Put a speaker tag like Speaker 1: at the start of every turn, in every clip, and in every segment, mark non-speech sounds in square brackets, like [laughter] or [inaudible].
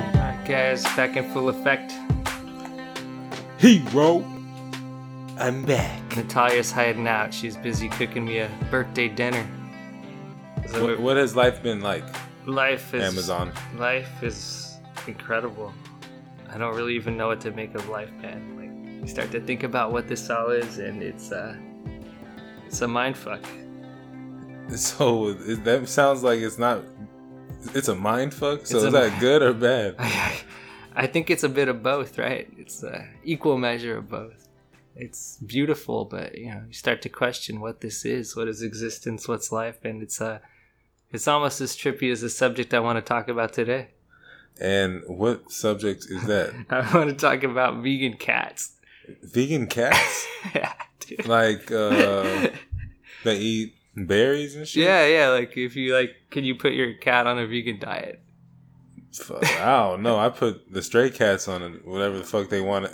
Speaker 1: podcast back in full effect.
Speaker 2: Hero. I'm back.
Speaker 1: Natalia's hiding out. She's busy cooking me a birthday dinner. So
Speaker 2: What, what has life been like?
Speaker 1: life is
Speaker 2: Amazon.
Speaker 1: Life is incredible. I don't really even know what to make of life, man. Like you start to think about what this all is, and it's uh, it's a mind fuck.
Speaker 2: So it, that sounds like it's not. It's a mind fuck. So
Speaker 1: It's
Speaker 2: is
Speaker 1: a-
Speaker 2: that good or bad?
Speaker 1: [laughs] I think it's a bit of both, right? It's a equal measure of both. It's beautiful, but you know, you start to question what this is, what is existence, what's life, and it's uh it's almost as trippy as the subject I want to talk about today. [laughs]
Speaker 2: And what subject is that?
Speaker 1: I want to talk about vegan cats. [laughs]
Speaker 2: Vegan cats,
Speaker 1: yeah, dude.
Speaker 2: like uh, they eat berries and
Speaker 1: [laughs]
Speaker 2: shit.
Speaker 1: yeah, yeah. Like if you like, can you put your cat on a vegan diet?
Speaker 2: Fuck, I don't know. I put the stray cats on it, whatever the fuck they want.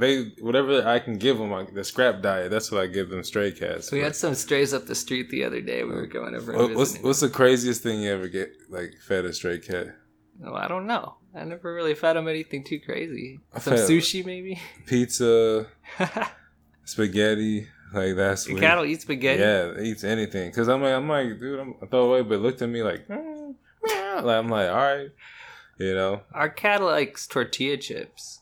Speaker 2: They whatever I can give them, like the scrap diet. That's what I give them. Stray cats.
Speaker 1: So we had some strays up the street the other day. We were going over
Speaker 2: What-
Speaker 1: and
Speaker 2: what's
Speaker 1: visiting.
Speaker 2: what's the craziest thing you ever get like fed a stray cat?
Speaker 1: Oh, I don't know. I never really fed him anything too crazy.
Speaker 2: I
Speaker 1: Some
Speaker 2: fed-
Speaker 1: sushi, maybe.
Speaker 2: Pizza, spaghetti,
Speaker 1: [laughs]
Speaker 2: like that's
Speaker 1: The
Speaker 2: weird.
Speaker 1: cat will eat spaghetti.
Speaker 2: Yeah, it eats anything. Cause I'm like, I'm like, dude, I'm, I throw away, but it looked at me like, mm, meow. like, I'm like, all right, you know,
Speaker 1: Our cat likes tortilla chips.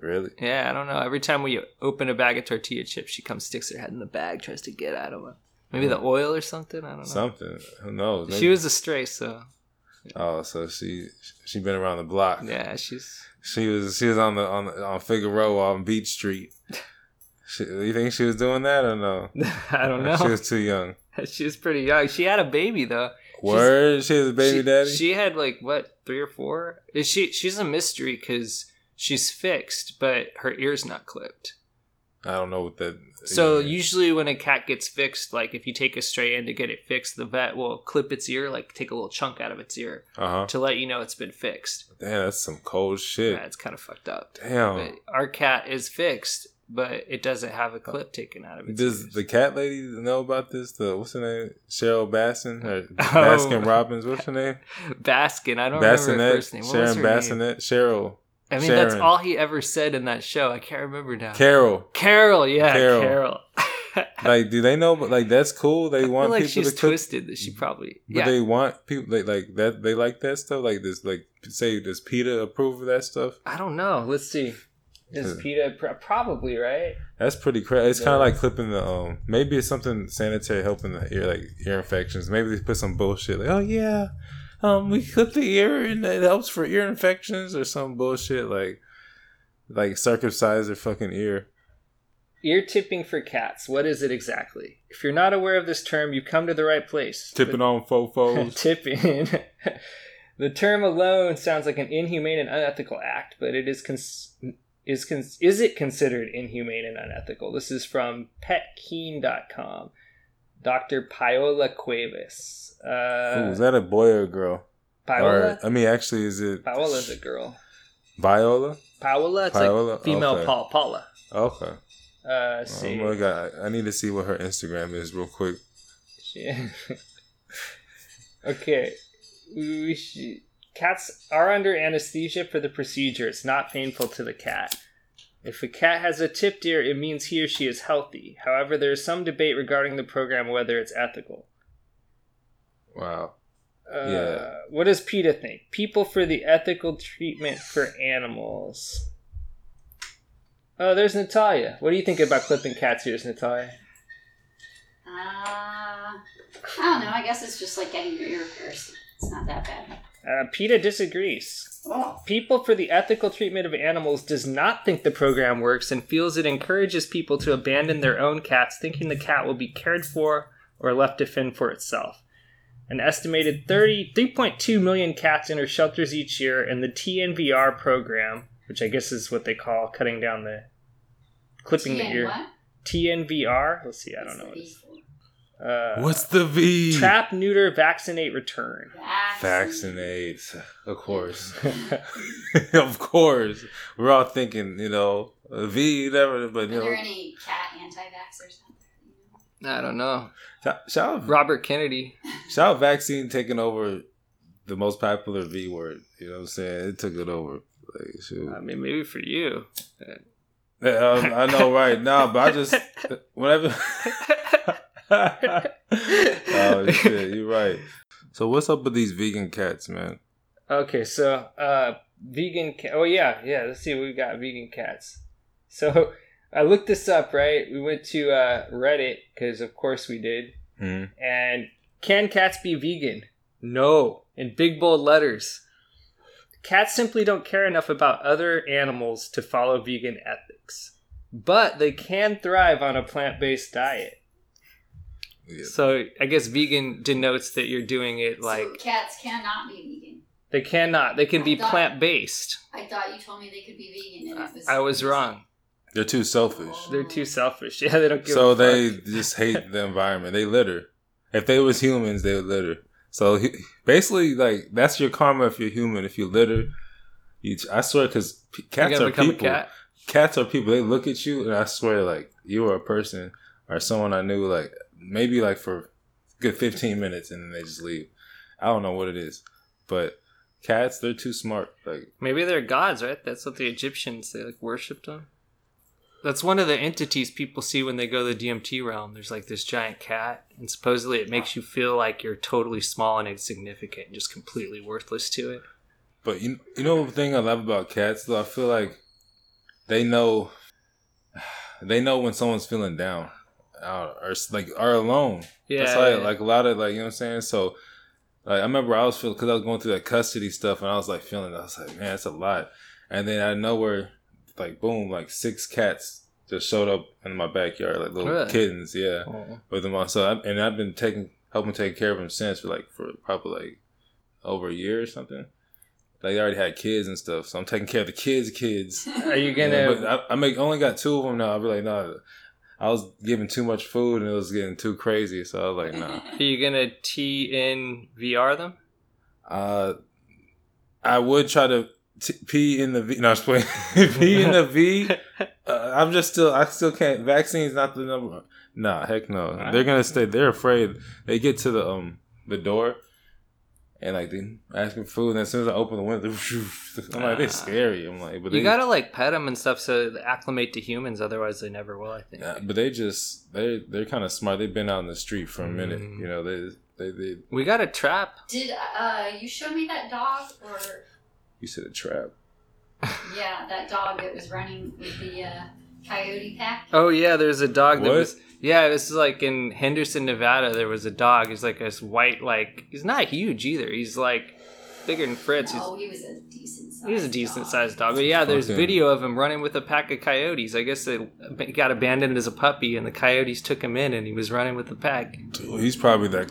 Speaker 2: really.
Speaker 1: Yeah, I don't know. Every time we open a bag of tortilla chips, she comes, sticks her head in the bag, tries to get out of them. Maybe the oil or something. I don't know.
Speaker 2: Something. Who knows?
Speaker 1: She was a stray, so
Speaker 2: Oh, so she she been around the block.
Speaker 1: yeah,
Speaker 2: [laughs]
Speaker 1: she's. [laughs]
Speaker 2: She was she was on the on the, on Figueroa on
Speaker 1: [laughs]
Speaker 2: Beach Street. She, you think she was doing that or no?
Speaker 1: I don't [laughs]
Speaker 2: She
Speaker 1: know.
Speaker 2: was too young.
Speaker 1: She was pretty young. She had a baby though.
Speaker 2: Word, she has a baby
Speaker 1: she,
Speaker 2: daddy.
Speaker 1: She had like what three or four? Is she? She's a mystery because she's fixed, but her ear's not clipped.
Speaker 2: I don't know what that.
Speaker 1: So
Speaker 2: yeah.
Speaker 1: usually when a cat gets fixed, like if you take a stray in to get it fixed, the vet will clip its ear, like take a little chunk out of its ear
Speaker 2: uh huh.
Speaker 1: to let you know it's been fixed.
Speaker 2: Damn, that's some cold shit.
Speaker 1: Yeah, it's kind of fucked up.
Speaker 2: Damn.
Speaker 1: But our cat is fixed, but it doesn't have a clip taken out of its.
Speaker 2: Does
Speaker 1: ears.
Speaker 2: the cat lady know about this? The what's her name? Cheryl Basson
Speaker 1: [laughs]
Speaker 2: or
Speaker 1: Oh.
Speaker 2: Baskin Robbins? What's her name?
Speaker 1: [laughs] Baskin? I don't remember her
Speaker 2: Bassinet.
Speaker 1: first name. What was
Speaker 2: Sharon
Speaker 1: her name?
Speaker 2: Bassinet. Cheryl.
Speaker 1: I mean, that's
Speaker 2: Sharon.
Speaker 1: all he ever said in that show. I can't remember now.
Speaker 2: Carol.
Speaker 1: Carol, yeah, Carol.
Speaker 2: Carol. Like, do they know? Like, that's cool. [laughs] They
Speaker 1: I feel [laughs]
Speaker 2: want
Speaker 1: like
Speaker 2: people
Speaker 1: she's
Speaker 2: to cook,
Speaker 1: twisted that she probably
Speaker 2: but
Speaker 1: yeah.
Speaker 2: they want people like like that. They like that stuff. Like this. Like, say, does PETA approve of that stuff?
Speaker 1: I don't know. Let's see. Is
Speaker 2: Hmm.
Speaker 1: PETA pro- probably right?
Speaker 2: That's pretty crazy. It's kind
Speaker 1: Yeah.
Speaker 2: of like clipping the um. Maybe it's something sanitary helping the ear like ear infections. Maybe they put some bullshit like, oh yeah, um, we clip the ear and it helps for ear infections or some bullshit like, like circumcise their fucking ear.
Speaker 1: Ear tipping for cats. What is it exactly? If you're not aware of this term, you've come to the right place.
Speaker 2: Tipping on
Speaker 1: The- [laughs]
Speaker 2: fofos.
Speaker 1: tipping. the term alone sounds like an inhumane and unethical act, but it is cons- is cons- is it considered inhumane and unethical? This is from petkeen.com. Dr. Paola Cuevas.
Speaker 2: Ooh,
Speaker 1: Uh,
Speaker 2: is that a boy or a girl?
Speaker 1: Paola?
Speaker 2: Or I mean, actually, is it
Speaker 1: Paola's a girl.
Speaker 2: Viola?
Speaker 1: Paola, it's
Speaker 2: Paola?
Speaker 1: like female
Speaker 2: Okay.
Speaker 1: Paul, Paula.
Speaker 2: Okay.
Speaker 1: Uh, let's
Speaker 2: Oh
Speaker 1: see,
Speaker 2: my god, I need to see what her Instagram is real quick.
Speaker 1: She- [laughs] okay, we should... cats are under anesthesia for the procedure. It's not painful to the cat. If a cat has a tipped ear, it means he or she is healthy. However, there is some debate regarding the program whether it's ethical.
Speaker 2: Wow.
Speaker 1: Uh,
Speaker 2: Yeah.
Speaker 1: What does PETA think? People for the ethical treatment for animals. Oh, there's Natalia. What do you think about clipping cat's ears, Natalia?
Speaker 3: Uh, I don't know. I guess it's just like getting your ear pierced. It's not that bad.
Speaker 1: Uh, PETA disagrees.
Speaker 3: Oh.
Speaker 1: People for the Ethical Treatment of Animals does not think the program works and feels it encourages people to abandon their own cats, thinking the cat will be cared for or left to fend for itself. An estimated 30, 3.2 million cats enter shelters each year, and the TNVR program, which I guess is what they call cutting down the clipping the ear.
Speaker 3: What?
Speaker 1: TNVR? Let's see, I don't know what it is. Uh,
Speaker 2: What's the V?
Speaker 1: Trap, neuter, vaccinate, return.
Speaker 2: Vaccinate, of course. of course. We're all thinking, you know, a V, you never, but you
Speaker 3: Are there
Speaker 2: know.
Speaker 3: any cat anti-vaxxers out there?
Speaker 1: I don't know.
Speaker 2: Shout, shout,
Speaker 1: Robert Kennedy.
Speaker 2: shout vaccine taking over the most popular V word. You know what I'm saying? It took it over. Like, shoot.
Speaker 1: I mean, maybe for you. [laughs]
Speaker 2: Um, I know,
Speaker 3: [laughs]
Speaker 2: right? now, but I just whenever. [laughs] oh shit, you're right. So what's up with these vegan cats, man?
Speaker 1: Okay, so uh, vegan. Ca- oh yeah, yeah. Let's see, what we got vegan cats. So I looked this up, right? We went to uh, Reddit because, of course, we did. Hmm?
Speaker 2: Mm.
Speaker 1: And can cats be vegan? No, in big bold letters. Cats simply don't care enough about other animals to follow vegan ethics, but they can thrive on a plant-based diet.
Speaker 2: Yeah.
Speaker 1: So I guess vegan denotes that you're doing it like
Speaker 3: so cats cannot be vegan.
Speaker 1: they cannot. They can be plant based.
Speaker 3: I thought you told me they could be vegan, and it was
Speaker 1: I was
Speaker 3: [laughs]
Speaker 1: wrong.
Speaker 2: They're too selfish.
Speaker 1: They're too selfish. [laughs] Yeah, they don't give.
Speaker 2: So
Speaker 1: a
Speaker 2: they
Speaker 1: fuck.
Speaker 2: just hate the environment. They litter. If they was humans, they would litter. So he, basically, like that's your karma. If you're human, if you litter, you, I swear, because
Speaker 1: You
Speaker 2: cats
Speaker 1: gotta
Speaker 2: are
Speaker 1: become a
Speaker 2: people.
Speaker 1: cat.
Speaker 2: Cats are people. They look at you, and I swear, like you are a person or someone I knew. Like maybe like for a good 15 minutes, and then they just leave. I don't know what it is, but cats they're too smart. Like
Speaker 1: Maybe they're gods, right? That's what the Egyptians they like worshipped them. That's one of the entities people see when they go to the DMT realm. There's like this giant cat, and supposedly it makes you feel like you're totally small and insignificant, and just completely worthless to it.
Speaker 2: But you, you know the thing I love about cats though, I feel like they know they know when someone's feeling down uh, or s- like are alone.
Speaker 1: Yeah,
Speaker 2: That's
Speaker 1: yeah,
Speaker 2: like
Speaker 1: yeah.
Speaker 2: like a lot of like you know what I'm saying. So like I remember I was feeling because I was going through that custody stuff and I was like feeling I was like man that's a lot. And then out of nowhere, like boom, like six cats just showed up in my backyard, like little
Speaker 1: Really?
Speaker 2: kittens. Yeah
Speaker 1: Oh.
Speaker 2: with them all. So I, and I've been taking helping take care of them since for like for probably like over a year or something. Like they already had kids and stuff, so I'm taking care of the kids' kids.
Speaker 1: Are [laughs] you
Speaker 2: You
Speaker 1: gonna?
Speaker 2: know, but I, I make only got two of them now. I'll be like, nah, I was giving too much food and it was getting too crazy, so I was like, nah.
Speaker 1: Are you gonna T in VR them?
Speaker 2: Uh, I would try to t- pee in the V. No, I'm just playing. [laughs] pee in the
Speaker 1: [laughs]
Speaker 2: V. Uh, I'm just still. I still can't. Vaccine's not the number. one. Nah, heck no.
Speaker 1: Alright.
Speaker 2: They're gonna stay. They're afraid. They get to the um the door, and like they ask for food. And as soon as I open the window, [laughs] I'm like
Speaker 1: Ah.
Speaker 2: they're scary. I'm like, but
Speaker 1: You
Speaker 2: they,
Speaker 1: gotta like pet them and stuff so they acclimate to humans. Otherwise, they never will. I think.
Speaker 2: Nah, but they just they they're kind of smart. They've been out in the street for a minute.
Speaker 1: Mm.
Speaker 2: You know they they they.
Speaker 1: We got a trap.
Speaker 3: Did uh, you show me that dog, or
Speaker 2: You said a trap.
Speaker 3: yeah, that dog that was running with the uh, coyote pack?
Speaker 1: Oh yeah, there's a dog that
Speaker 2: What?
Speaker 1: was. Yeah, this is like in Henderson, Nevada. There was a dog. He's like this white, like he's not huge either. He's like bigger than Fritz. He's,
Speaker 3: Oh, he was a decent size.
Speaker 1: he was a decent sized dog. But yeah, there's
Speaker 2: Fucking-
Speaker 1: video of him running with a pack of coyotes. I guess they he got abandoned as a puppy, and the coyotes took him in, and he was running with the pack.
Speaker 2: Dude, he's probably that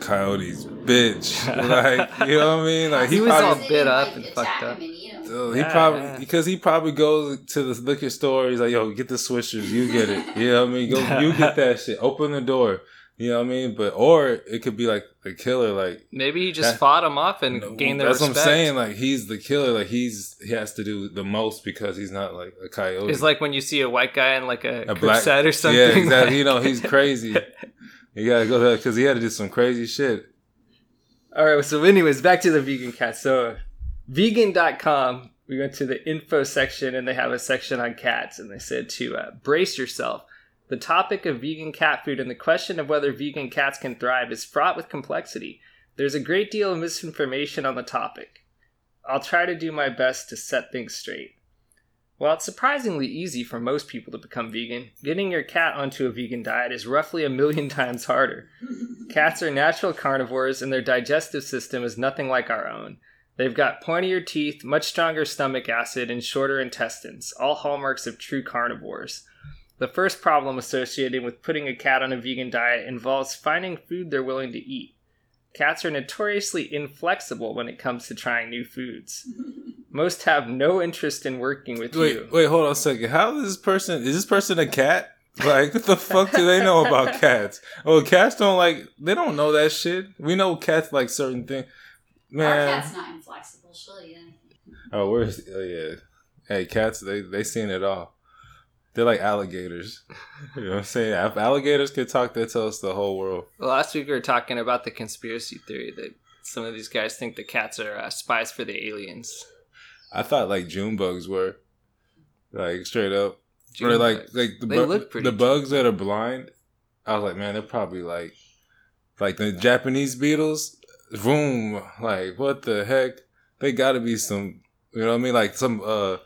Speaker 1: [laughs]
Speaker 2: coyote's bitch. Like you know what I mean? Like
Speaker 1: He was
Speaker 2: probably-
Speaker 1: all
Speaker 3: They
Speaker 1: bit
Speaker 3: can,
Speaker 1: up
Speaker 3: like,
Speaker 1: and
Speaker 3: attack
Speaker 1: fucked
Speaker 3: him
Speaker 1: up.
Speaker 3: and eat him.
Speaker 2: Uh, he
Speaker 1: Yeah.
Speaker 2: probably because he probably goes to the liquor store. He's like, "Yo, get the swishers. You get it. You know what I mean? Go,
Speaker 1: [laughs]
Speaker 2: you get that shit. Open the door. You know what I mean? But or it could be like the killer. Like
Speaker 1: Maybe he just
Speaker 2: That-
Speaker 1: fought him off and gained their
Speaker 2: that's
Speaker 1: respect.
Speaker 2: what I'm saying. Like he's the killer. Like he's he has to do the most because he's not like a coyote.
Speaker 1: It's like when you see a white guy in like a,
Speaker 2: A
Speaker 1: crib
Speaker 2: black-
Speaker 1: set or something.
Speaker 2: yeah, exactly. you
Speaker 1: like-
Speaker 2: know,
Speaker 1: [laughs]
Speaker 2: he's crazy. You gotta go there because he had to do some crazy shit.
Speaker 1: All right. So, anyways, back to the vegan cats. So, vegan.com, we went to the info section and they have a section on cats and they said to uh, brace yourself. The topic of vegan cat food and the question of whether vegan cats can thrive is fraught with complexity. There's a great deal of misinformation on the topic. I'll try to do my best to set things straight. While it's surprisingly easy for most people to become vegan, getting your cat onto a vegan diet is roughly a million [laughs] times harder. Cats are natural carnivores, and their digestive system is nothing like our own. They've got pointier teeth, much stronger stomach acid, and shorter intestines, all hallmarks of true carnivores. The first problem associated with putting a cat on a vegan diet involves finding food they're willing to eat. Cats are notoriously inflexible when it comes to trying new foods. Most have no interest in working with
Speaker 2: Wait,
Speaker 1: you.
Speaker 2: wait, hold on a second. How is this person? Is this person a cat? Like, what the fuck do they know
Speaker 3: [laughs]
Speaker 2: about cats? Oh, cats don't like. They don't know that shit. We know cats like certain things. [laughs]
Speaker 3: Our
Speaker 2: Man,
Speaker 3: cat's not inflexible. She'll eat anything.
Speaker 2: oh, where's? Oh yeah. Hey, cats. They they seen it all. They're like alligators. [laughs] You know what I'm saying? If alligators could talk, they tell us the whole world.
Speaker 1: Last week we were talking about the conspiracy theory that Some of these guys think the cats are uh, spies for the aliens.
Speaker 2: I thought like June bugs were like straight up, or like
Speaker 1: June bugs.
Speaker 2: like the
Speaker 1: They
Speaker 2: bu-
Speaker 1: look pretty
Speaker 2: the bugs that are blind. I was like, man, they're probably like like the Japanese beetles. Vroom! Like what the heck? They got to be some, you know what I mean? Like some uh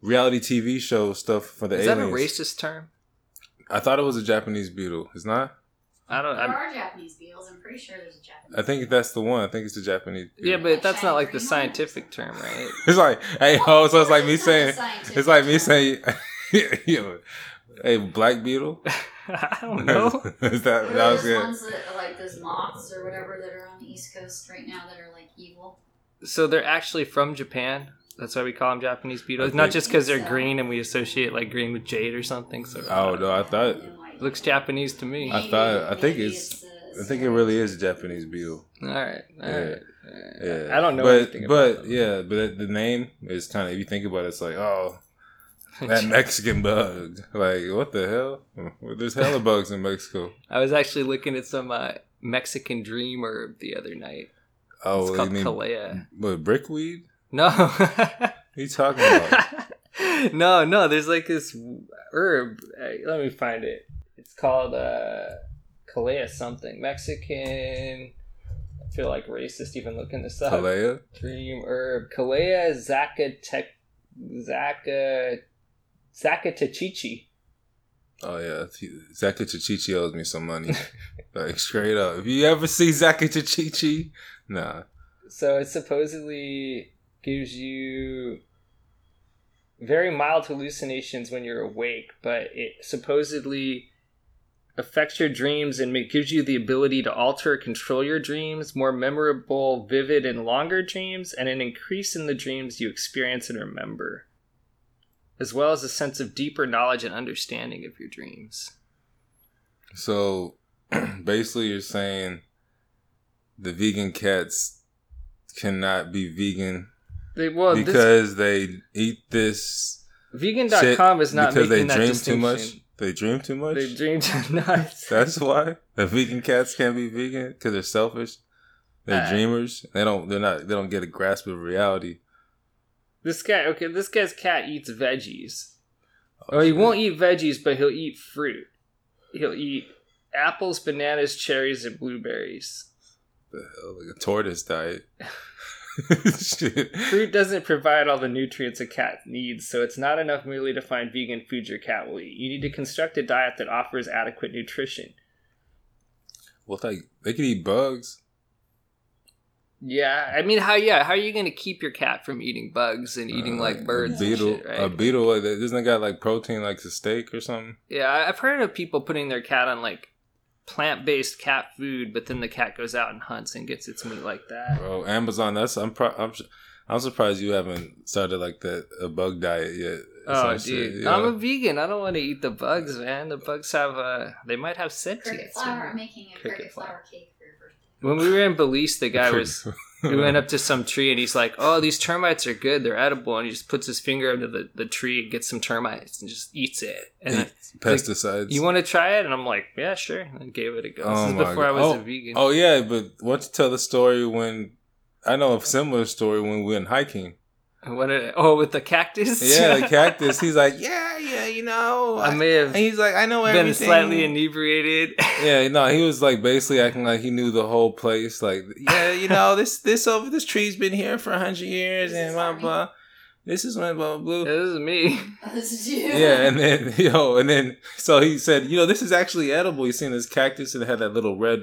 Speaker 2: reality TV show stuff for the
Speaker 1: Is that a
Speaker 2: aliens.
Speaker 1: racist term?
Speaker 2: I thought it was a Japanese beetle. It's not.
Speaker 1: I don't.
Speaker 3: There
Speaker 1: I'm,
Speaker 3: are Japanese beetles. I'm pretty sure there's a Japanese.
Speaker 2: I think that's the one. I think it's the Japanese.
Speaker 1: yeah,
Speaker 2: beetle.
Speaker 1: but that's not like the scientific term, right?
Speaker 2: [laughs] it's like hey ho. So it's like me
Speaker 3: It's not
Speaker 2: saying
Speaker 3: a scientific
Speaker 2: it's like me
Speaker 3: term.
Speaker 2: saying, [laughs] you know, hey black beetle.
Speaker 1: [laughs] I don't know.
Speaker 2: [laughs] Is that,
Speaker 3: Or
Speaker 2: that was
Speaker 3: those
Speaker 2: good.
Speaker 3: ones that are like those moths or whatever that are on the East Coast right now that are like evil.
Speaker 1: So they're actually from Japan. That's why we call them Japanese beetles.
Speaker 2: I
Speaker 1: Not
Speaker 2: think-
Speaker 1: just because they're
Speaker 3: So-
Speaker 1: green and we associate like green with jade or something. So
Speaker 2: Oh no, I thought
Speaker 3: No idea.
Speaker 1: looks Japanese to me.
Speaker 2: I thought- I think
Speaker 3: Maybe
Speaker 2: it's-
Speaker 3: the
Speaker 2: I think it really is a Japanese beetle.
Speaker 1: all right. All
Speaker 2: Yeah.
Speaker 1: right.
Speaker 2: Yeah,
Speaker 1: I don't know
Speaker 2: but
Speaker 1: anything about
Speaker 2: but
Speaker 1: them.
Speaker 2: yeah, but the name is kind of if you think about it, it's like
Speaker 1: [laughs]
Speaker 2: oh that Mexican bug, like what the hell? Well, There's hella bugs
Speaker 1: [laughs]
Speaker 2: in Mexico.
Speaker 1: I was actually looking at some uh, Mexican dream herb the other night.
Speaker 2: Oh,
Speaker 1: It's
Speaker 2: you
Speaker 1: called
Speaker 2: mean Hmm.
Speaker 1: Kalea.
Speaker 2: what brickweed?
Speaker 1: No. [laughs]
Speaker 2: What are you talking about?
Speaker 1: no, no. There's like this herb. Uh, Let me find it. It's called uh, Kalea something. Mexican. I feel like racist even looking this up.
Speaker 2: Kalea?
Speaker 1: Dream herb. Kalea Zacatec. Zaca. Zacatechichi.
Speaker 2: Oh yeah, Zaka Chichichi owes me
Speaker 1: [laughs]
Speaker 2: some money. like straight up, if you ever see Zaka Chichichi, nah,
Speaker 1: So it supposedly gives you very mild hallucinations when you're awake, but it supposedly affects your dreams and it gives you the ability to alter or control your dreams, more memorable, vivid, and longer dreams, and an increase in the dreams you experience and remember, as well as a sense of deeper knowledge and understanding of your dreams.
Speaker 2: So [clears throat] basically, you're saying the vegan cats cannot be vegan
Speaker 1: They, well, this,
Speaker 2: because they eat this shit
Speaker 1: vegan.com is not
Speaker 2: because
Speaker 1: making
Speaker 2: they
Speaker 1: that
Speaker 2: dream too
Speaker 1: distinction.
Speaker 2: much. They dream too much.
Speaker 1: They dream [laughs] too much.
Speaker 2: That's why the vegan cats can't be vegan because they're selfish. They're
Speaker 1: Uh,
Speaker 2: dreamers. They don't. They're not. They don't get a grasp of reality.
Speaker 1: This guy, okay, this guy's cat eats veggies. Oh, he won't eat veggies, but he'll eat fruit. He'll eat apples, bananas, cherries, and blueberries.
Speaker 2: The hell, uh, like a
Speaker 1: [laughs]
Speaker 2: tortoise diet. Shit.
Speaker 1: Fruit doesn't provide all the nutrients a cat needs, so it's not enough merely to find vegan food your cat will eat. You need to construct a diet that offers adequate nutrition.
Speaker 2: Well, like they could eat bugs.
Speaker 1: Yeah, I mean, how? Yeah, how are you going to keep your cat from eating bugs and eating
Speaker 2: Uh,
Speaker 1: like birds
Speaker 2: A beetle.
Speaker 1: and shit, right?
Speaker 2: A beetle. Like, that- doesn't it got like protein, like a steak or something?
Speaker 1: Yeah, I- I've heard of people putting their cat on like plant-based cat food, but then the cat goes out and hunts and gets its meat like that.
Speaker 2: Bro, Amazon. That's I'm pro- I'm su- I'm surprised you haven't started like that a bug diet yet.
Speaker 1: Oh,
Speaker 2: Some shit,
Speaker 1: dude,
Speaker 2: you know?
Speaker 1: I'm a vegan. I don't want to eat the bugs, man. The bugs have uh, they might have
Speaker 3: Cricket
Speaker 1: sentience.
Speaker 3: flower. I'm
Speaker 1: man.
Speaker 3: making a
Speaker 1: Cricket
Speaker 3: cricket
Speaker 1: flower.
Speaker 3: flower cake for your birthday.
Speaker 1: When we were in Belize, the guy
Speaker 2: [laughs]
Speaker 1: was we went up to some tree and he's like, "Oh, these termites are good. They're edible." And he just puts his finger under the, the tree and gets some termites and just eats it. And I-
Speaker 2: pesticides.
Speaker 1: you want to try it? And I'm like, "Yeah, sure." And I gave it a go.
Speaker 2: Oh
Speaker 1: this is
Speaker 2: my
Speaker 1: before I
Speaker 2: God.
Speaker 1: was a vegan.
Speaker 2: oh yeah, but why don't you tell the story when I know a similar story when we
Speaker 1: [laughs]
Speaker 2: went hiking.
Speaker 1: And What? Did I, oh, with the cactus. [laughs]
Speaker 2: Yeah, the cactus. He's like, yeah, yeah, you know.
Speaker 1: I
Speaker 2: I-
Speaker 1: may have
Speaker 2: [laughs] and he's like, I know
Speaker 1: been
Speaker 2: everything.
Speaker 1: slightly inebriated. [laughs]
Speaker 2: Yeah, no, he was like basically acting like he knew the whole place. Like, yeah, you know, this this over this tree's been here for a hundred years, and blah blah. This is when blah blah. blah.
Speaker 1: this is me.
Speaker 3: [laughs] Oh, this is you.
Speaker 2: Yeah,
Speaker 1: [laughs]
Speaker 2: and then [laughs] yo, and then so he said, you know, this is actually edible. You seen this cactus and it had that little red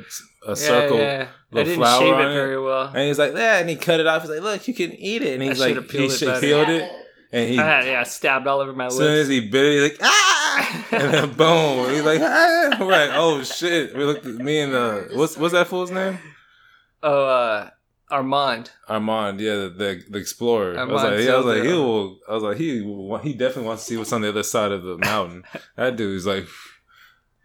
Speaker 2: uh, circle,
Speaker 1: Yeah, yeah. I
Speaker 2: little
Speaker 1: didn't
Speaker 2: flower
Speaker 1: shave
Speaker 2: on
Speaker 1: it
Speaker 2: it.
Speaker 1: very well.
Speaker 2: and he's like, yeah, and he cut it off. He's like, look, you can eat it, and
Speaker 1: I
Speaker 2: he's
Speaker 1: should've
Speaker 2: like, he
Speaker 1: peeled it
Speaker 2: should
Speaker 1: better.
Speaker 2: peeled
Speaker 3: Yeah,
Speaker 2: it, and
Speaker 1: [laughs]
Speaker 2: he
Speaker 1: I
Speaker 2: as
Speaker 1: had, yeah, stabbed all over my lips.
Speaker 2: soon as he bit it, he's like, ah, and [laughs] then boom, he's like, ah, [laughs] we're like, oh shit, we looked at me and uh, what's what's that fool's name?
Speaker 1: [laughs] oh, uh, Armand.
Speaker 2: Armand, yeah, the the, the explorer. I was
Speaker 1: Armand uh,
Speaker 2: like, yeah, I was
Speaker 1: Zilda.
Speaker 2: like, he will. I was like, he will, wa- he definitely wants to see what's on the other side
Speaker 1: [laughs]
Speaker 2: of the mountain. that dude's like,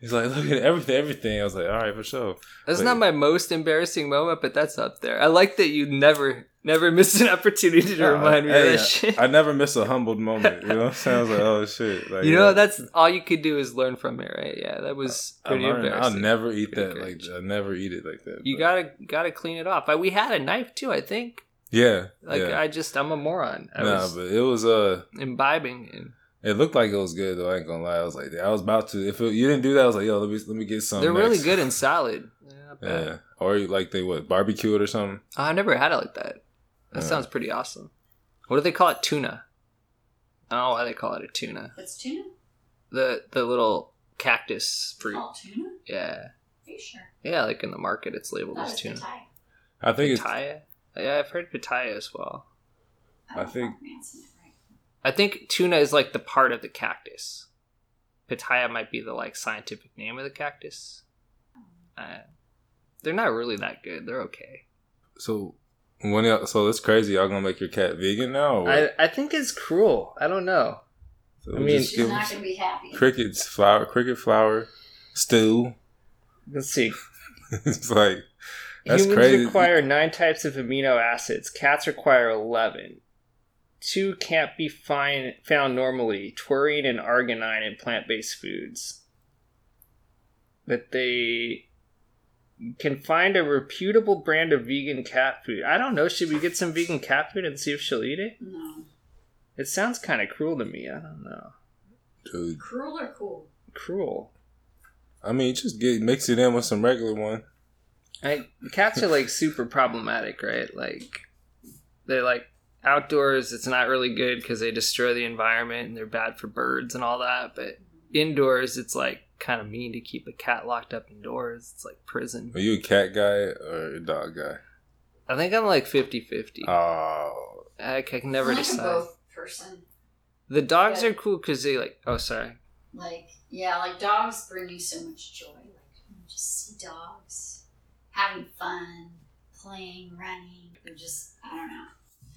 Speaker 2: he's like, look at everything, everything. I was like, all right, for sure.
Speaker 1: That's
Speaker 2: Wait.
Speaker 1: not my most embarrassing moment, but that's up there. I like that you never Never miss an [laughs] opportunity to
Speaker 2: Yeah,
Speaker 1: remind me of
Speaker 2: hey,
Speaker 1: that shit. [laughs]
Speaker 2: I never miss a humbled moment. You know, it sounds like oh shit. Like,
Speaker 1: you know,
Speaker 2: yeah.
Speaker 1: that's all you could do is learn from it, right? Yeah, that was
Speaker 2: I
Speaker 1: pretty
Speaker 2: learned, I'll
Speaker 1: embarrassing.
Speaker 2: never eat
Speaker 1: Pretty
Speaker 2: that. Like
Speaker 1: cringe.
Speaker 2: I never eat it like that.
Speaker 1: you
Speaker 2: but-
Speaker 1: gotta gotta clean it off. I, we had a knife too, I think.
Speaker 2: yeah,
Speaker 1: Like
Speaker 2: yeah.
Speaker 1: I just I'm a moron. I
Speaker 2: nah,
Speaker 1: was
Speaker 2: but it was uh,
Speaker 1: imbibing. And
Speaker 2: it looked like it was good though. I ain't gonna lie. I was like, I was about to. If it, you didn't do that, I was like, yo, let me let me get some.
Speaker 1: they're really
Speaker 2: next.
Speaker 1: good and solid. Yeah, not bad.
Speaker 2: Yeah, or you- like they what barbecue it or something.
Speaker 1: I've never had it like that. That
Speaker 2: Yeah.
Speaker 1: sounds pretty awesome. What do they call it? Tuna. I don't know why they call it a tuna.
Speaker 3: That's tuna.
Speaker 1: The the little cactus fruit.
Speaker 3: All tuna. Are
Speaker 1: Yeah.
Speaker 3: you sure?
Speaker 1: Yeah, like in the market it's labeled
Speaker 3: That
Speaker 1: as
Speaker 3: was
Speaker 1: tuna.
Speaker 3: Thai.
Speaker 2: I think it's
Speaker 1: Pitaya? Yeah, I've heard pitaya as well.
Speaker 3: Oh,
Speaker 2: I think-
Speaker 3: Manson, right?
Speaker 1: I think tuna is like the part of the cactus. Pitaya might be the like scientific name of the cactus. Uh, they're not really that good. They're okay.
Speaker 2: so. When y'all, so that's crazy. Y'all gonna make your cat vegan now? Or what?
Speaker 1: I think it's cruel. I don't know.
Speaker 2: So
Speaker 1: I
Speaker 2: we
Speaker 1: mean-
Speaker 2: just
Speaker 3: She's
Speaker 2: give
Speaker 3: not
Speaker 2: us
Speaker 3: gonna be happy.
Speaker 2: crickets, flower, cricket flour, stew. [laughs]
Speaker 1: Let's see.
Speaker 2: it's like that's
Speaker 1: Humans
Speaker 2: crazy.
Speaker 1: require nine types of amino acids. Cats require eleven. Two can't be find, found normally: taurine and arginine in plant-based foods. But they can find a reputable brand of vegan cat food. I don't know. Should we get some vegan cat food and see if she'll eat it?
Speaker 3: No.
Speaker 1: It sounds kind of cruel to me. I don't know.
Speaker 2: Dude,
Speaker 3: Cruel or cool?
Speaker 1: Cruel.
Speaker 2: I mean, just get mix it in with some regular one.
Speaker 1: I, cats are like super problematic, right? Like they're like outdoors. It's not really good because they destroy the environment and they're bad for birds and all that. But indoors, it's like kind of mean to keep a cat locked up indoors. It's like prison.
Speaker 2: Are you a cat guy or a dog guy?
Speaker 1: I think I'm like 50-50.
Speaker 2: Oh,
Speaker 1: I, I can never
Speaker 3: I'm like a
Speaker 1: decide.
Speaker 3: both person.
Speaker 1: The dogs
Speaker 3: Yeah.
Speaker 1: are cool because they like. Oh, sorry.
Speaker 3: Like yeah, like dogs bring you so much joy. Like you just see dogs having fun, playing, running, or just I don't know.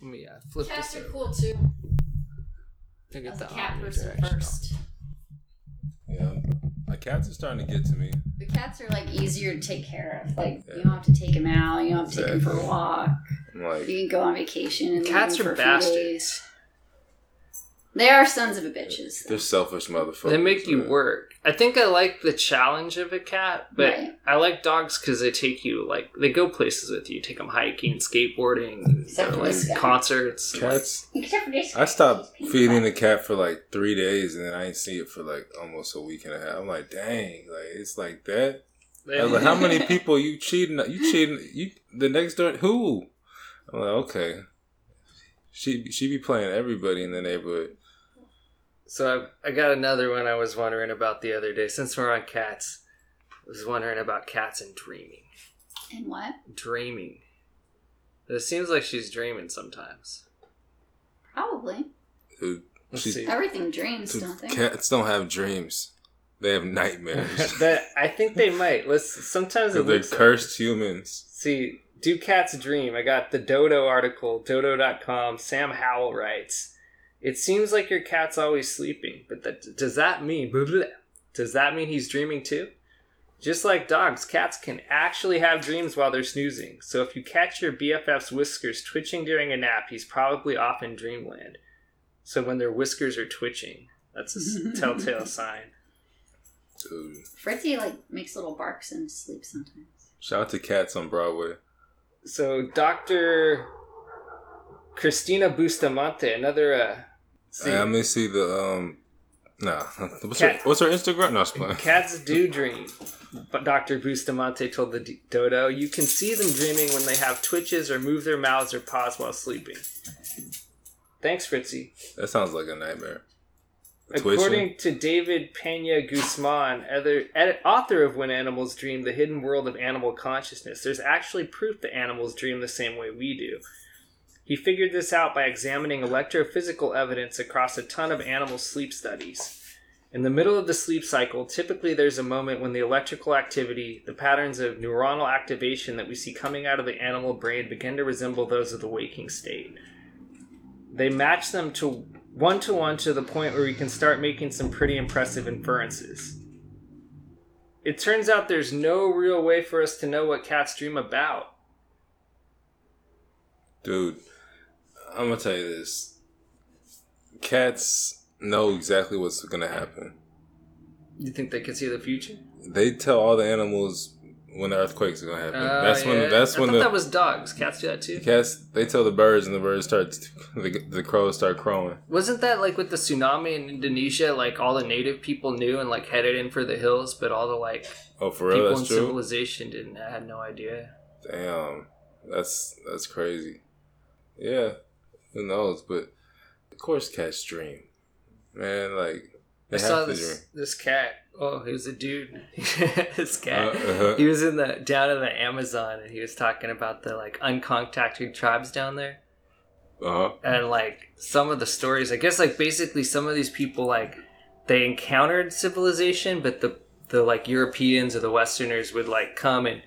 Speaker 1: Let me uh, flip
Speaker 3: Cats
Speaker 1: this
Speaker 3: are
Speaker 1: over.
Speaker 3: cool too.
Speaker 1: I
Speaker 3: I
Speaker 1: get
Speaker 3: was
Speaker 1: the
Speaker 3: a cat
Speaker 1: omni
Speaker 3: person
Speaker 1: directional.
Speaker 3: first.
Speaker 2: yeah. Like cats are starting to get to me.
Speaker 3: The cats are like easier to take care of. Like
Speaker 2: Yeah.
Speaker 3: you don't have to take them out. You don't have to take them for a
Speaker 2: Exactly.
Speaker 3: walk.
Speaker 2: I'm like,
Speaker 3: You can go on vacation. And leave
Speaker 1: Cats
Speaker 3: them
Speaker 1: are
Speaker 3: for a few days.
Speaker 1: bastards.
Speaker 3: They are sons of a bitches. [laughs]
Speaker 2: they're selfish motherfuckers.
Speaker 1: They make you
Speaker 2: man.
Speaker 1: work. I think I like the challenge of a cat, but
Speaker 3: Right.
Speaker 1: I like dogs because they take you like they go places with you. Take them hiking, skateboarding,
Speaker 3: Except for
Speaker 1: like,
Speaker 3: this guy.
Speaker 1: concerts.
Speaker 2: Cats.
Speaker 3: Except for this.
Speaker 2: I
Speaker 3: [laughs]
Speaker 2: stopped feeding the cat for like three days, and then I didn't see it for like almost a week and a half. I'm like, dang, like it's like that.
Speaker 1: They-
Speaker 2: I was like, how many people you cheating? You cheating? You the next door? Who? I'm like, okay. She she be playing everybody in the neighborhood.
Speaker 1: so I, I got another one I was wondering about the other day. Since we're on cats, I was wondering about cats and dreaming.
Speaker 3: And what?
Speaker 1: Dreaming. It seems like she's dreaming sometimes.
Speaker 3: Probably.
Speaker 2: Dude,
Speaker 1: Let's
Speaker 2: She-
Speaker 1: see.
Speaker 3: Everything dreams,
Speaker 2: dude,
Speaker 3: don't they?
Speaker 2: cats don't have dreams; they have
Speaker 1: [laughs] [laughs]
Speaker 2: nightmares.
Speaker 1: that I think they might. Let's sometimes it
Speaker 2: They're
Speaker 1: looks like-
Speaker 2: cursed humans.
Speaker 1: See, do cats dream? I got the Dodo article, dodo.com. Sam Howell writes, It seems like your cat's always sleeping, but that, does that mean, blah, blah, blah. does that mean he's dreaming too? Just like dogs, cats can actually have dreams while they're snoozing. So if you catch your BFF's whiskers twitching during a nap, he's probably off in dreamland. So when their whiskers are twitching, that's a s- telltale sign.
Speaker 2: Dude,
Speaker 3: Fritzy like makes little barks in his sleep sometimes.
Speaker 2: shout out to cats on Broadway.
Speaker 1: So Dr. Christina Bustamante, another uh see,
Speaker 2: Hey, let me see the um. Nah, [laughs] what's her,
Speaker 1: Cat-
Speaker 2: what's her Instagram? No, I'm just playing.
Speaker 1: cats do dream. But Dr. Bustamante told the D- dodo, "You can see them dreaming when they have twitches or move their mouths or paws while sleeping." Thanks, Fritzy.
Speaker 2: That sounds like a nightmare. Twitching.
Speaker 1: According to David Pena Guzman, other, ed, author of When Animals Dream, The Hidden World of Animal Consciousness, there's actually proof that animals dream the same way we do. He figured this out by examining electrophysical evidence across a ton of animal sleep studies. In the middle of the sleep cycle, typically there's a moment when the electrical activity, the patterns of neuronal activation that we see coming out of the animal brain begin to resemble those of the waking state they match them to one to one to the point where we can start making some pretty impressive inferences. It turns out there's no real way for us to know what cats dream about.
Speaker 2: Dude, I'm gonna tell you this. Cats know exactly what's gonna happen.
Speaker 1: You think they can see the future?
Speaker 2: They tell all the animals when the earthquakes are gonna happen.
Speaker 1: Oh,
Speaker 2: that's when.
Speaker 1: yeah.
Speaker 2: That's
Speaker 1: I
Speaker 2: when
Speaker 1: thought
Speaker 2: the
Speaker 1: that was dogs. Cats do that too.
Speaker 2: cats. They tell the birds, and the birds start. The, the crows start crowing.
Speaker 1: Wasn't that like with the tsunami in Indonesia? Like all the native people knew and like headed in for the hills, but all the like
Speaker 2: Oh, for real?
Speaker 1: people in
Speaker 2: That's true.
Speaker 1: civilization didn't I had no idea.
Speaker 2: Damn, that's that's crazy. Yeah, who knows? But of course, cats dream, man. Like they
Speaker 1: I
Speaker 2: have
Speaker 1: saw
Speaker 2: to
Speaker 1: this this cat. Oh, he was a dude. [laughs] this
Speaker 2: dream.
Speaker 1: cat.
Speaker 2: Uh, uh-huh.
Speaker 1: He was in the down in the Amazon, and he was talking about the like uncontacted tribes down there.
Speaker 2: uh-huh.
Speaker 1: and like some of the stories i guess like basically some of these people like they encountered civilization but the the like europeans or the westerners would like come and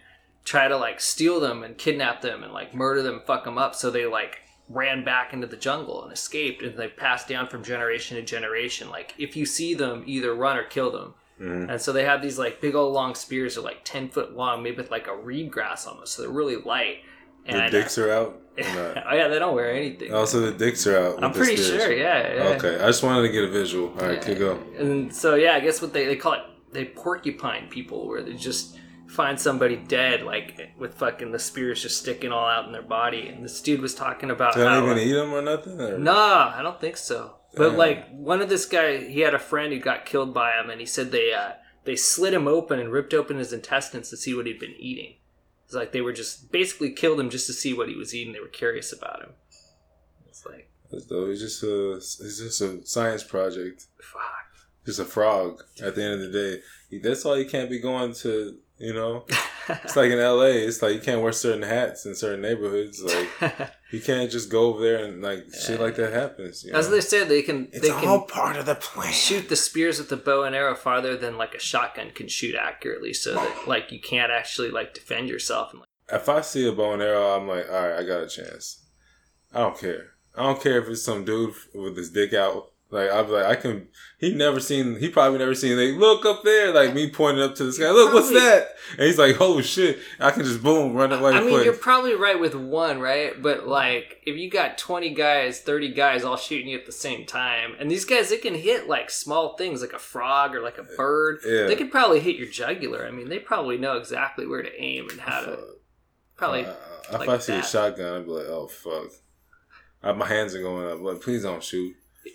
Speaker 1: try to like steal them and kidnap them and like murder them fuck them up so they like ran back into the jungle and escaped and they passed down from generation to generation like if you see them either run or kill them
Speaker 2: Mhm.
Speaker 1: and so they have these like big old long spears that are like 10 foot long made with like a reed grass almost so they're really light
Speaker 2: The
Speaker 1: and
Speaker 2: dicks are
Speaker 1: [laughs]
Speaker 2: out. or not?
Speaker 1: oh yeah they don't wear anything
Speaker 2: Also, the dicks are out. with
Speaker 1: I'm
Speaker 2: the
Speaker 1: pretty
Speaker 2: spears.
Speaker 1: sure, yeah. yeah.
Speaker 2: Okay, I just wanted to get a visual. All right, keep going.
Speaker 1: And so, yeah, I guess what they, they call it, they porcupine people, where they just find somebody dead, like with fucking the spears just sticking all out in their body. And this dude was talking about
Speaker 2: They're not
Speaker 1: how.
Speaker 2: even eat them or nothing. Or?
Speaker 1: Nah, I don't think so. But
Speaker 2: Yeah.
Speaker 1: like one of this guy, he had a friend who got killed by him, and he said they uh, they slit him open and ripped open his intestines to see what he'd been eating. It's like they were just basically killed him just to see what he was eating. They were curious about him. It's like
Speaker 2: So it's just a it's just a science project.
Speaker 1: fuck.
Speaker 2: Just a frog. At the end of the day, You- that's all you can't be going to. You know, it's like in L.A. It's like you can't wear certain hats in certain neighborhoods. [laughs] Like
Speaker 1: [laughs]
Speaker 2: You can't just go over there and like shit like that happens. You
Speaker 1: As
Speaker 2: know?
Speaker 1: they said, they can
Speaker 2: it's
Speaker 1: they
Speaker 2: all
Speaker 1: can
Speaker 2: part of the plan.
Speaker 1: shoot the spears with the bow and arrow farther than like a shotgun can shoot accurately, so that like you can't actually like defend yourself. And, like,
Speaker 2: If I see a bow and arrow, I'm like, all right, I got a chance. I don't care. I don't care if it's some dude with his dick out. Like I'll be like, I can. He never seen. He probably never seen. Like, look up there. Like me pointing up to the sky. Look, what's
Speaker 1: Probably-
Speaker 2: that? And he's like, oh shit! I can just boom run away
Speaker 1: I mean,
Speaker 2: quick.
Speaker 1: you're probably right with one, right? But like, if you got 20 guys, 30 guys all shooting you at the same time, and these guys they can hit like small things like a frog or like a bird.
Speaker 2: Yeah.
Speaker 1: They could probably hit your jugular. I mean, they probably know exactly where to aim and how to. Probably,
Speaker 2: Uh, if
Speaker 1: like
Speaker 2: I see a
Speaker 1: that.
Speaker 2: shotgun, I'd be like, oh fuck. I, my hands are going up. Like, please don't shoot.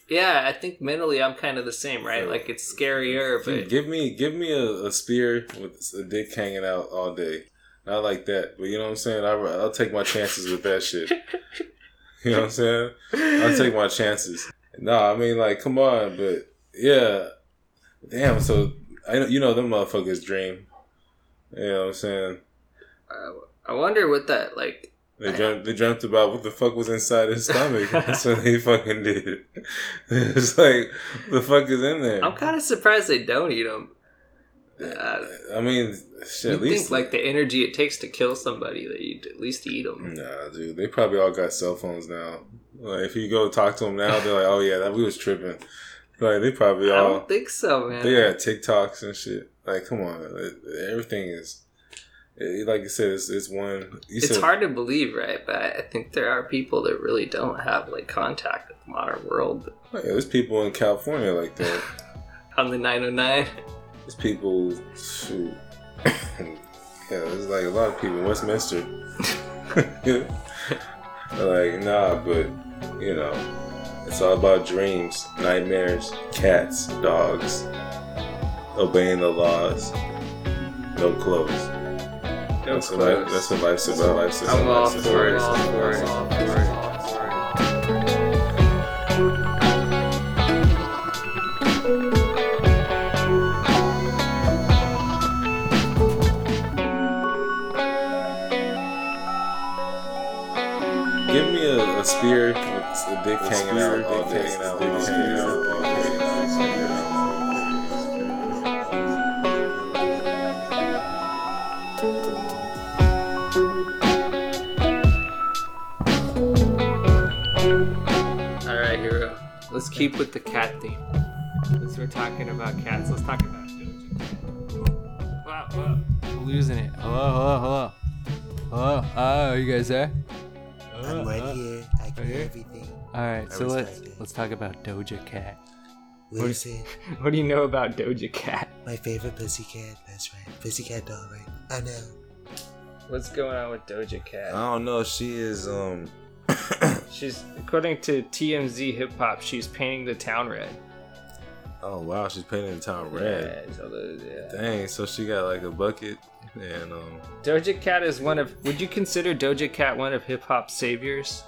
Speaker 1: yeah. I think mentally, I'm kind of the same, right?
Speaker 2: Yeah.
Speaker 1: Like it's scarier,
Speaker 2: Dude,
Speaker 1: but
Speaker 2: give me give me a, a spear with a dick hanging out all day. I like that, but you know what I'm saying. I, I'll take my chances with that
Speaker 1: [laughs]
Speaker 2: shit. You know what I'm saying? I'll take my chances. No, I mean like, come on, but yeah, damn. So I know you know them motherfuckers dream. You know what I'm saying?
Speaker 1: I- [laughs] I wonder what that like.
Speaker 2: They dreamt, they dreamt about what the fuck was inside
Speaker 1: [laughs]
Speaker 2: his stomach. That's what he fucking did. [laughs] It's like the fuck is in there.
Speaker 1: I'm kind of surprised they don't eat them. Uh,
Speaker 2: I mean, shit.
Speaker 1: you
Speaker 2: At least
Speaker 1: think like the energy it takes to kill somebody, that you'd at least eat them.
Speaker 2: Nah, dude, they probably all got cell phones now. Like, if you go talk to them now, they're like, "Oh yeah, that we was tripping." Like, they probably
Speaker 1: I
Speaker 2: all
Speaker 1: don't think so, man.
Speaker 2: they got TikToks and shit. Like, come on, it- everything is it, like you said, it's, it's one. You
Speaker 1: it's
Speaker 2: said,
Speaker 1: hard to believe, right? But I think there are people that really don't have like contact with the modern world
Speaker 2: Like, there's people in California like that.
Speaker 1: on the 909.
Speaker 2: There's people, shoot, [coughs] yeah, there's like a lot of people in [laughs] Westminster. like, nah, but you know, it's all about dreams, nightmares, cats, dogs, obeying the laws, no clothes. that's, What life, that's what life's about. Life's
Speaker 1: I'm all
Speaker 2: life's
Speaker 1: for it.
Speaker 2: about-
Speaker 1: All for it. All for it. All for it.
Speaker 2: Give me a, a spear with the dick hanging out all day. Hanging out all day.
Speaker 1: All right, hero. Let's keep with the cat theme. Since we're talking about cats, let's talk about Joji. Wow,
Speaker 4: Uh,
Speaker 1: wow. I'm losing it. Hello, hello, hello. Hello. Oh, are you guys there? Oh,
Speaker 5: I'm right here. I can
Speaker 2: okay.
Speaker 5: hear everything.
Speaker 4: All right, so
Speaker 5: respect
Speaker 4: let's
Speaker 5: it.
Speaker 4: let's talk about Doja Cat.
Speaker 5: What is it?
Speaker 1: What do you know about Doja Cat?
Speaker 5: My favorite pussycat. That's right. Pussycat doll, right? I know.
Speaker 1: What's going on with Doja
Speaker 5: Um,
Speaker 1: Cat?
Speaker 2: I don't know. She is um. [coughs]
Speaker 1: She's, according to TMZ Hip Hop, she's painting the town red.
Speaker 2: oh wow, she's painting the town red.
Speaker 1: Yeah, so the- yeah.
Speaker 2: Dang. So she got like a bucket and um. [sighs]
Speaker 1: Doja Cat is one of. Would you consider Doja Cat one of hip hop's saviors?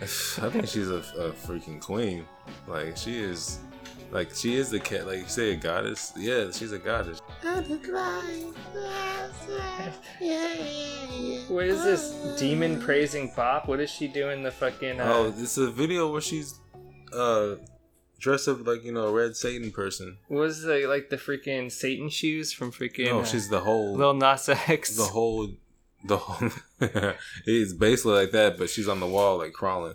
Speaker 2: I think she's a, a freaking queen. Like she is, like she is the cat. Like you say, a goddess. Yeah, she's a goddess.
Speaker 1: [laughs] What is this demon praising bop? What is she doing? The fucking. Uh,
Speaker 2: Oh, it's a video where she's, uh, dressed up like you know a red Satan person.
Speaker 1: what was the like the freaking Satan shoes from freaking?
Speaker 2: no,
Speaker 1: uh,
Speaker 2: she's the whole,
Speaker 1: Lil Nas X.
Speaker 2: the whole, the whole. [laughs] it's basically like that, but she's on the wall like crawling.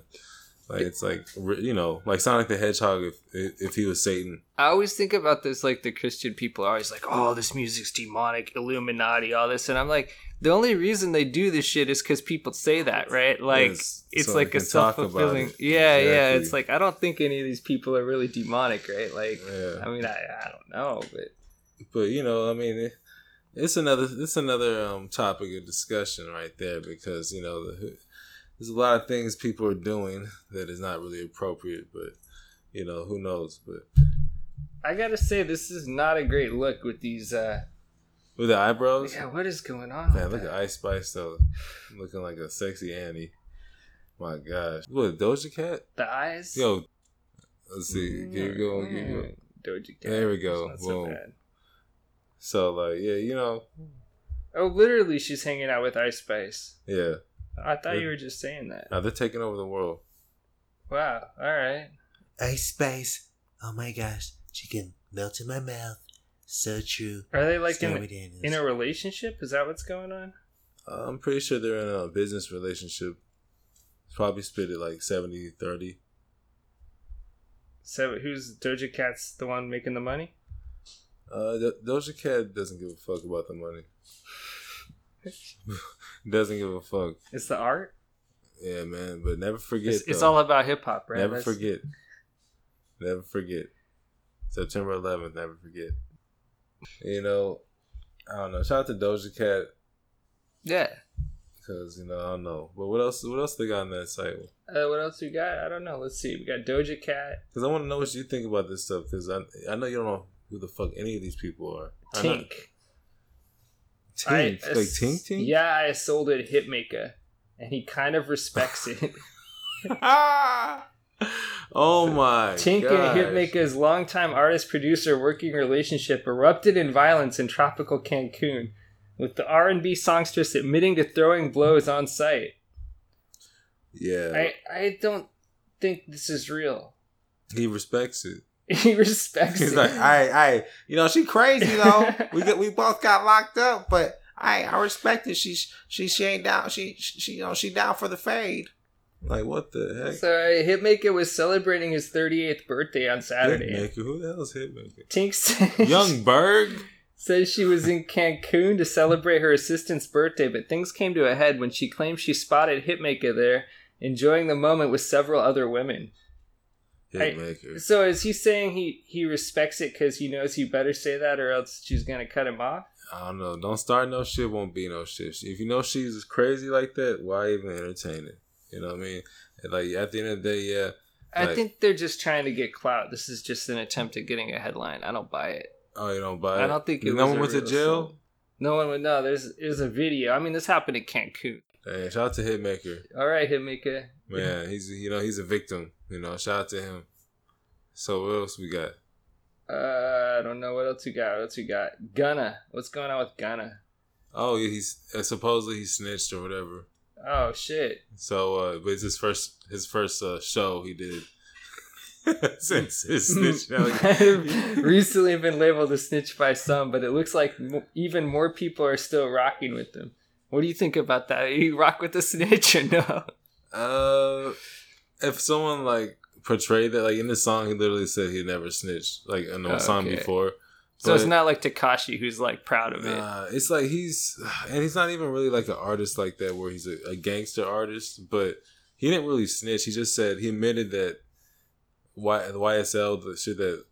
Speaker 2: Like it's like re- you know, like Sonic the Hedgehog if if he was Satan.
Speaker 1: I always think about this like the Christian people are always like, oh, this music's demonic, Illuminati, all this. And I'm like, the only reason they do this shit is because people say that, right? Like,
Speaker 2: Yes,
Speaker 1: it's
Speaker 2: so they
Speaker 1: like a
Speaker 2: can talk
Speaker 1: self
Speaker 2: about
Speaker 1: fulfilling.
Speaker 2: it.
Speaker 1: Yeah, yeah.
Speaker 2: Exactly.
Speaker 1: It's like, I don't think any of these people are really demonic, right? Like,
Speaker 2: Yeah.
Speaker 1: I mean, I, I don't know, but
Speaker 2: but you know, I mean, it, it's another it's another um, topic of discussion right there because you know the, there's a lot of things people are doing that is not really appropriate, but you know who knows. But
Speaker 1: I gotta say, this is not a great look with these. uh
Speaker 2: with the eyebrows,
Speaker 1: Yeah, what is going on?
Speaker 2: man,
Speaker 1: with
Speaker 2: look
Speaker 1: that?
Speaker 2: at Ice Spice though, looking like a sexy Annie. My gosh, what Doja Cat?
Speaker 1: the eyes.
Speaker 2: Yo, let's see, keep going, keep going.
Speaker 1: Mm, Doja Cat.
Speaker 2: There we go.
Speaker 1: It's not so
Speaker 2: Boom.
Speaker 1: bad.
Speaker 2: So like, yeah, you know,
Speaker 1: Oh, literally, she's hanging out with Ice Spice.
Speaker 2: yeah.
Speaker 1: I thought you
Speaker 2: Yeah.
Speaker 1: were just saying that.
Speaker 2: Now they're taking over the world.
Speaker 1: Wow. All right.
Speaker 5: Ice Spice. Oh my gosh. She can melt in my mouth. So true.
Speaker 1: Are they like
Speaker 5: Stormy
Speaker 1: in,
Speaker 5: Daniels.
Speaker 1: in a relationship? Is that what's going on?
Speaker 2: I'm pretty sure they're in a business relationship. It's probably split at like 70 30.
Speaker 1: So who's Doja Cat's the one making the money?
Speaker 2: Uh, Do- Doja Cat doesn't give a fuck about the money. [laughs] doesn't give a fuck.
Speaker 1: It's the art.
Speaker 2: Yeah, man. But never forget.
Speaker 1: It's, it's
Speaker 2: though.
Speaker 1: all about hip hop, right?
Speaker 2: Never
Speaker 1: That's-
Speaker 2: forget. Never forget. September 11th. Never forget. You know, I don't know. Shout out to Doja Cat
Speaker 1: Yeah.
Speaker 2: because you know I don't know. But what else? What else they got on that site?
Speaker 1: Uh, what else we got? I don't know. Let's see. We got Doja Cat,
Speaker 2: Because I want to know what you think about this stuff. Because I I know you don't know who the fuck any of these people are. I know-
Speaker 1: Tink.
Speaker 2: Tink,
Speaker 1: I-
Speaker 2: like Tink Tink.
Speaker 1: Yeah, I sold it Hitmaker, and he kind of respects
Speaker 2: [laughs]
Speaker 1: it. [laughs]
Speaker 2: oh my.
Speaker 1: Tink
Speaker 2: gosh.
Speaker 1: and Hitmaker's longtime artist producer working relationship erupted in violence in tropical Cancun, with the R&B songstress admitting to throwing blows on site.
Speaker 2: Yeah,
Speaker 1: I, I don't think this is real. [laughs]
Speaker 2: he respects it.
Speaker 1: He respects
Speaker 2: He's
Speaker 1: it.
Speaker 2: like, I, I, you know, she crazy
Speaker 1: [laughs]
Speaker 2: though. we get, we both got locked up, but I, I respect it. She's, she, she ain't down. She, she, you know, she down for the fade. Like what the heck?
Speaker 1: so uh, Hitmaker was celebrating his 38th birthday on Saturday.
Speaker 2: Hitmaker, who the hell's Hitmaker?
Speaker 1: Tink says,
Speaker 2: Young Berg.
Speaker 1: [laughs] says she was in Cancun to celebrate her assistant's birthday, but things came to a head when she claimed she spotted Hitmaker there enjoying the moment with several other women.
Speaker 2: Hitmaker.
Speaker 1: So is he saying he he respects it because he knows you better say that or else she's gonna cut him off?
Speaker 2: I don't know. Don't start no shit. Won't be no shit. If you know she's crazy like that, why even entertain it? You know what I mean? Like at the end of the day, yeah.
Speaker 1: I
Speaker 2: Right.
Speaker 1: think they're just trying to get clout. This is just an attempt at getting a headline. I don't buy it.
Speaker 2: Oh, you don't buy it.
Speaker 1: I don't think it
Speaker 2: no
Speaker 1: was
Speaker 2: one
Speaker 1: a
Speaker 2: went to
Speaker 1: real
Speaker 2: jail.
Speaker 1: assault. No one would know. There's there's a video. I mean, this happened in Cancun.
Speaker 2: Hey, shout out to Hitmaker,
Speaker 1: All right, Hitmaker.
Speaker 2: man. He's you know he's a victim. You know, shout out to him. So what else we got?
Speaker 1: Uh, I don't know what else we got. What else we got? Gunna. What's going on with Gunna?
Speaker 2: Oh, yeah, he's uh, supposedly he snitched or whatever.
Speaker 1: Oh shit.
Speaker 2: So, uh, but it's his first his first uh, show he did [laughs] since
Speaker 1: [laughs]
Speaker 2: his snitch. alleg-
Speaker 1: Recently been labeled a snitch by some, but it looks like m- even more people are still rocking with them. What do you think about that? You rock with the snitch or no?
Speaker 2: uh, if someone like portrayed that, like in the song, he literally said he never snitched, like in the song
Speaker 1: Okay.
Speaker 2: before.
Speaker 1: So it's
Speaker 2: But-
Speaker 1: not like Takashi who's like proud of it.
Speaker 2: Nah, it's like he's and he's not even really like an artist like that where he's a, a gangster artist, but he didn't really snitch. He just said he admitted that y, the YSL the shit that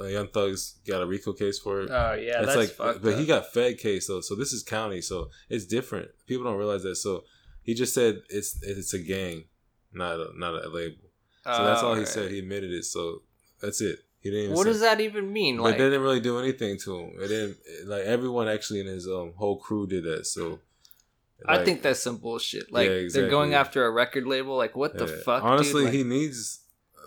Speaker 2: uh, Young Thugs got a RICO case for. it.
Speaker 1: oh yeah,
Speaker 2: It's
Speaker 1: that's
Speaker 2: like,
Speaker 1: fucked
Speaker 2: but
Speaker 1: up.
Speaker 2: he got Fed case though, so this is county, so it's different. People don't realize that. So he just said it's it's a gang, not a, not a label. So that's all he
Speaker 1: Alright.
Speaker 2: said. He admitted it. So that's it. He didn't. Even
Speaker 1: What
Speaker 2: say-
Speaker 1: does that even mean?
Speaker 2: but
Speaker 1: Like,
Speaker 2: they didn't really do anything to him. It didn't like everyone actually in his um whole crew did that. So
Speaker 1: I
Speaker 2: like,
Speaker 1: think that's some bullshit. Like,
Speaker 2: Yeah,
Speaker 1: they're going
Speaker 2: exactly.
Speaker 1: after a record label. Like, what the
Speaker 2: yeah.
Speaker 1: fuck? dude?
Speaker 2: Honestly,
Speaker 1: Like-
Speaker 2: he needs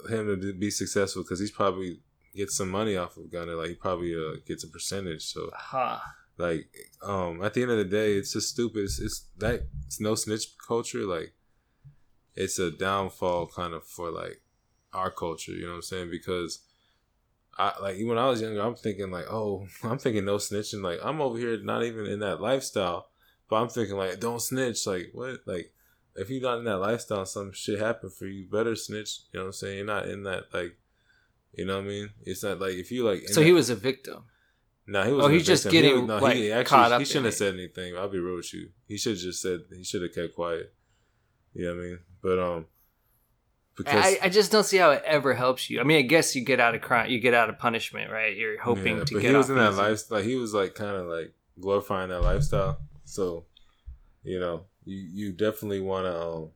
Speaker 2: him to d- be successful because he's probably gets some money off of Gunner. Like he probably uh, gets a percentage. So
Speaker 1: Huh.
Speaker 2: like um at the end of the day, it's just stupid. It's, it's that it's no snitch culture. Like it's a downfall kind of for like our culture. You know what I'm saying? Because I like when I was younger, I'm thinking like, oh, [laughs] I'm thinking no snitching. Like I'm over here not even in that lifestyle, but I'm thinking like, don't snitch. Like what? Like if you're not in that lifestyle, some shit happened for you. Better snitch. You know what I'm saying? You're not in that like. You know what I mean? It's not like if you like. in
Speaker 1: So
Speaker 2: that-
Speaker 1: he was a victim.
Speaker 2: no, he was.
Speaker 1: Oh, he's just getting, like, caught up
Speaker 2: He shouldn't
Speaker 1: in
Speaker 2: have
Speaker 1: it.
Speaker 2: said anything. I'll be real with you. He should have just said. He should have kept quiet. You know what I mean? But um, because
Speaker 1: I, I just don't see how it ever helps you. I mean, I guess you get out of crime, you get out of punishment, right? You're hoping
Speaker 2: yeah,
Speaker 1: to
Speaker 2: but
Speaker 1: get.
Speaker 2: he was
Speaker 1: off
Speaker 2: in that
Speaker 1: easy.
Speaker 2: lifestyle. He was like kind of like glorifying that lifestyle. So, you know, you you definitely want to um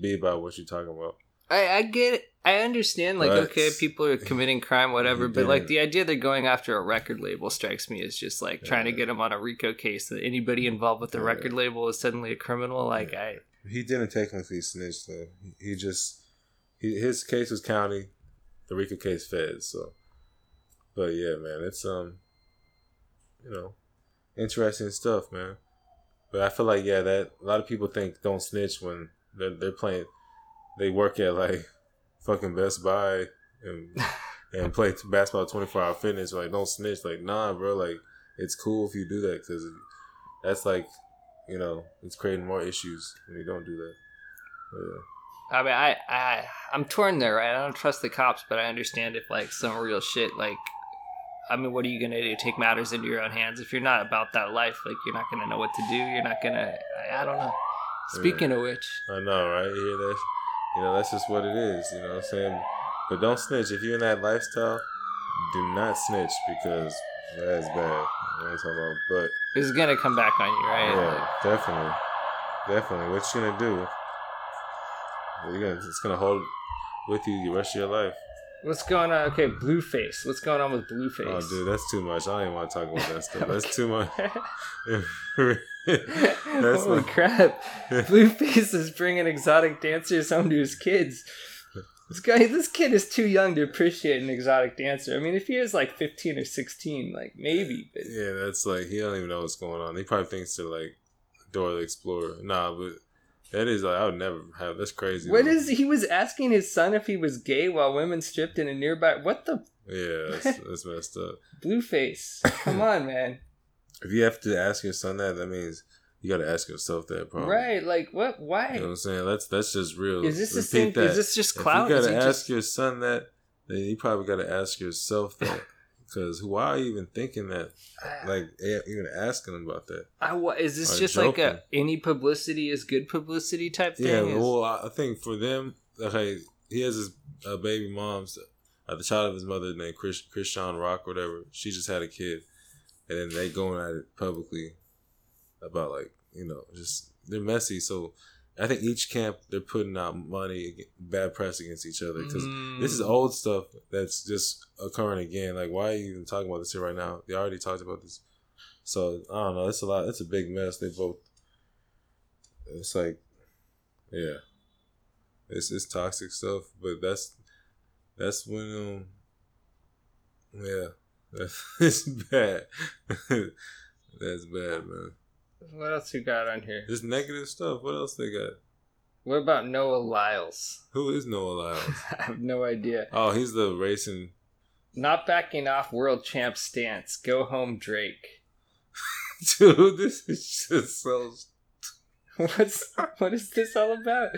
Speaker 2: be about what you're talking about.
Speaker 1: I, I get. It. I understand. Like,
Speaker 2: But-
Speaker 1: okay, people are committing crime, whatever.
Speaker 2: He
Speaker 1: But like
Speaker 2: didn't.
Speaker 1: the idea they're going after a record label strikes me as just like trying to
Speaker 2: Yeah.
Speaker 1: get them on a RICO case. That anybody involved with the
Speaker 2: Yeah.
Speaker 1: record label is suddenly a criminal. Like,
Speaker 2: Yeah.
Speaker 1: I
Speaker 2: He didn't technically snitch though. He- He just he, his case was county, the Rico case fed. So, but yeah, man, it's um, you know, interesting stuff, man. But I feel like yeah, that a lot of people think don't snitch when they're they're playing. They work at like fucking Best Buy and and play basketball twenty four hour fitness. Like don't snitch. Like nah, bro. Like it's cool if you do that because that's like you know, it's creating more issues when you don't do that. Yeah.
Speaker 1: I mean, I, I, I'm torn there, right? I don't trust the cops, but I understand if like some real shit, like, I mean, what are you gonna do? Take matters into your own hands if you're not about that life. Like, you're not gonna know what to do. You're not gonna. I, I don't know. Speaking of which,
Speaker 2: I know, right? You hear that? You know, that's just what it is. You know what I'm saying? But don't snitch. If you're in that lifestyle, do not snitch because that's bad. You know what I'm talking about? But
Speaker 1: it's gonna come back on you, right?
Speaker 2: yeah, definitely, definitely. What you gonna do? You're gonna, it's gonna hold with you the rest of your life.
Speaker 1: What's going on? Okay, Blueface. What's going on with Blueface?
Speaker 2: Oh, dude, that's too much. I don't even want to talk about that stuff. That's too much.
Speaker 1: [laughs]
Speaker 2: [laughs] that's
Speaker 1: Holy
Speaker 2: not- [laughs]
Speaker 1: crap! Blueface is bringing exotic dancers home to his kids. This guy, this kid is too young to appreciate an exotic dancer. I mean, if he was like fifteen or sixteen, like maybe. But
Speaker 2: Yeah, that's like he don't even know what's going on. He probably thinks they're like Dora the Explorer. Nah, but that is like I would never have. That's crazy.
Speaker 1: what
Speaker 2: though.
Speaker 1: is he was asking his son if he was gay while women stripped in a nearby? What the
Speaker 2: Yeah,
Speaker 1: [laughs]
Speaker 2: that's, that's messed up.
Speaker 1: Blueface? Come
Speaker 2: [laughs]
Speaker 1: on, man!
Speaker 2: If you have to ask your son that, that means you got to ask yourself that. Probably.
Speaker 1: Right? Like what?
Speaker 2: You know what
Speaker 1: Why?
Speaker 2: I'm saying? That's that's just real.
Speaker 1: Is this the
Speaker 2: Repeat
Speaker 1: same?
Speaker 2: That.
Speaker 1: Is this just
Speaker 2: If
Speaker 1: clout?
Speaker 2: You
Speaker 1: Is
Speaker 2: gotta
Speaker 1: he
Speaker 2: ask
Speaker 1: just-
Speaker 2: your son that. Then you probably gotta ask yourself that. Because why are you even
Speaker 1: [laughs]
Speaker 2: thinking that? Like eh, even asking him about that?
Speaker 1: I, wa- is this
Speaker 2: Or
Speaker 1: just like
Speaker 2: joking.
Speaker 1: a any publicity is good publicity type thing?
Speaker 2: Yeah,
Speaker 1: Is-
Speaker 2: well, I I think for them, okay, he has his uh, baby mom's, uh, the child of his mother named Chris Christian Rock, whatever. She just had a kid, and then they going at it publicly about like you know just they're messy. So I think each camp they're putting out money ag- bad press against each other because this is
Speaker 1: Mm.
Speaker 2: old stuff that's just occurring again. Like why are you even talking about this here right now? They already talked about this. So I don't know. It's a lot. It's a big mess. They both. It's like, yeah, it's it's toxic stuff. But that's that's when um, yeah, that's [laughs] it's bad. [laughs] that's bad, man.
Speaker 1: What else you got on here?
Speaker 2: Just negative stuff. What else they got?
Speaker 1: What about Noah Lyles? [laughs]
Speaker 2: Who is Noah Lyles?
Speaker 1: I have no idea.
Speaker 2: Oh, he's the racing. [laughs]
Speaker 1: Not backing off world champ stance. Go home, Drake.
Speaker 2: Dude, this is just so
Speaker 1: [laughs] What's what is this all about?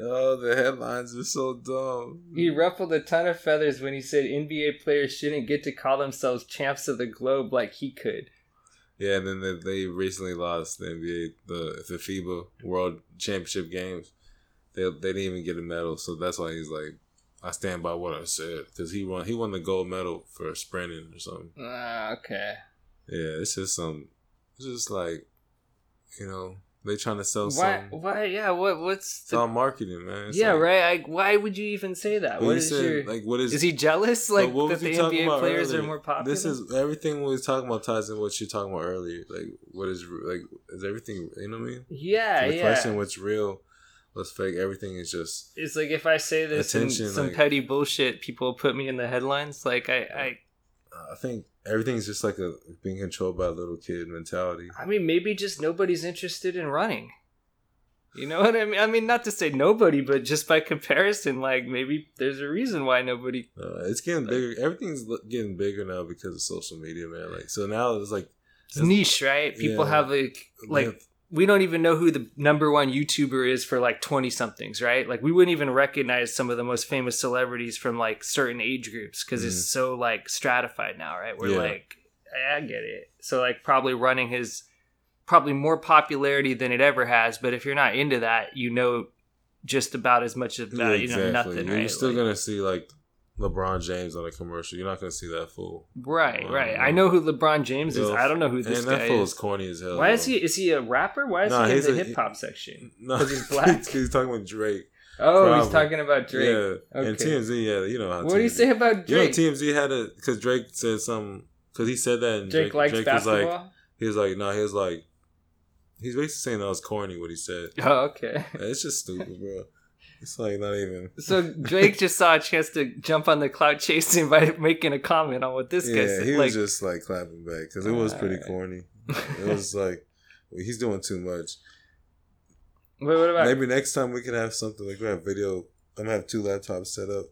Speaker 2: Oh, the headlines are so dumb.
Speaker 1: He ruffled a ton of feathers when he said NBA players shouldn't get to call themselves champs of the globe like he could.
Speaker 2: Yeah, and then they, they recently lost the NBA, the the FIBA World Championship games. They they didn't even get a medal, so that's why he's like, I stand by what I said because he won he won the gold medal for sprinting or something.
Speaker 1: Ah, okay.
Speaker 2: Yeah, it's just some, it's just like, you know, they trying to sell
Speaker 1: Why?
Speaker 2: some.
Speaker 1: Why? Yeah. What? What's?
Speaker 2: It's
Speaker 1: The,
Speaker 2: all marketing, man. It's
Speaker 1: yeah.
Speaker 2: like-
Speaker 1: right. I, why would you even say that?
Speaker 2: When
Speaker 1: What
Speaker 2: you
Speaker 1: is
Speaker 2: said,
Speaker 1: your?
Speaker 2: like? What is?
Speaker 1: is he jealous?
Speaker 2: but
Speaker 1: Like
Speaker 2: what
Speaker 1: that
Speaker 2: was
Speaker 1: the
Speaker 2: you talking
Speaker 1: NBA
Speaker 2: about
Speaker 1: players
Speaker 2: earlier?
Speaker 1: are more popular.
Speaker 2: This is everything we was talking about ties in what you're talking about earlier. Like, what is like? Is everything? You know what I mean?
Speaker 1: yeah,
Speaker 2: the
Speaker 1: yeah.
Speaker 2: question what's real, what's fake. Everything is just
Speaker 1: it's like if I say this and
Speaker 2: Attention,
Speaker 1: some
Speaker 2: like-
Speaker 1: petty bullshit, people put me in the headlines. Like I, I,
Speaker 2: I think everything's just like a being controlled by a little kid mentality.
Speaker 1: I mean, maybe just nobody's interested in running. You know what I mean? I mean, not to say nobody, but just by comparison, like maybe there's a reason why nobody.
Speaker 2: Uh, it's getting
Speaker 1: Like-
Speaker 2: bigger. Everything's lo- getting bigger now because of social media, man. Like so now it's like
Speaker 1: It's niche, right? People
Speaker 2: Yeah.
Speaker 1: have like, like
Speaker 2: man,
Speaker 1: we don't even know who the number one YouTuber is for like 20 somethings, right? Like we wouldn't even recognize some of the most famous celebrities from like certain age groups because it's
Speaker 2: Mhm.
Speaker 1: so like stratified now, right? We're
Speaker 2: Yeah.
Speaker 1: like, I get it. So like probably running his probably more popularity than it ever has, but if you're not into that, you know just about as much about
Speaker 2: yeah,
Speaker 1: you know nothing,
Speaker 2: You're
Speaker 1: right?
Speaker 2: still
Speaker 1: Like-
Speaker 2: gonna see like LeBron James on a commercial. You're not gonna see that fool.
Speaker 1: right, right.
Speaker 2: Wow.
Speaker 1: I know who LeBron James is.
Speaker 2: Yo,
Speaker 1: I don't know who this
Speaker 2: and that
Speaker 1: guy
Speaker 2: fool is
Speaker 1: is.
Speaker 2: corny as hell.
Speaker 1: Why is
Speaker 2: bro.
Speaker 1: he? Is he a rapper? Why is
Speaker 2: Nah,
Speaker 1: he in
Speaker 2: he's
Speaker 1: the
Speaker 2: a-
Speaker 1: hip hop section?
Speaker 2: [laughs] No,
Speaker 1: 'Cause he's [laughs] black?
Speaker 2: 'cause he's talking about Drake.
Speaker 1: Oh, he's
Speaker 2: Probably.
Speaker 1: talking about Drake.
Speaker 2: Yeah, and
Speaker 1: Okay.
Speaker 2: TMZ. Yeah, you know how.
Speaker 1: What do you
Speaker 2: TMZ
Speaker 1: say about
Speaker 2: You know,
Speaker 1: Drake?
Speaker 2: TMZ had a because Drake said something because he said that and
Speaker 1: Drake,
Speaker 2: Drake,
Speaker 1: likes
Speaker 2: Drake
Speaker 1: [laughs]
Speaker 2: was like
Speaker 1: basketball.
Speaker 2: he was like no he was like he's basically saying that was corny what he said.
Speaker 1: Oh, okay.
Speaker 2: Like, it's just stupid, bro. It's like not even.
Speaker 1: So Drake just saw a chance to jump on the cloud chasing by [laughs] making a comment on what this guy
Speaker 2: yeah,
Speaker 1: said.
Speaker 2: he
Speaker 1: like, [laughs]
Speaker 2: was just like clapping back because it was pretty
Speaker 1: Alright.
Speaker 2: corny. It was like he's doing too much.
Speaker 1: Wait, what about?
Speaker 2: Maybe next time we can have something like we have video. I'm gonna have two laptops set
Speaker 1: [laughs]
Speaker 2: up.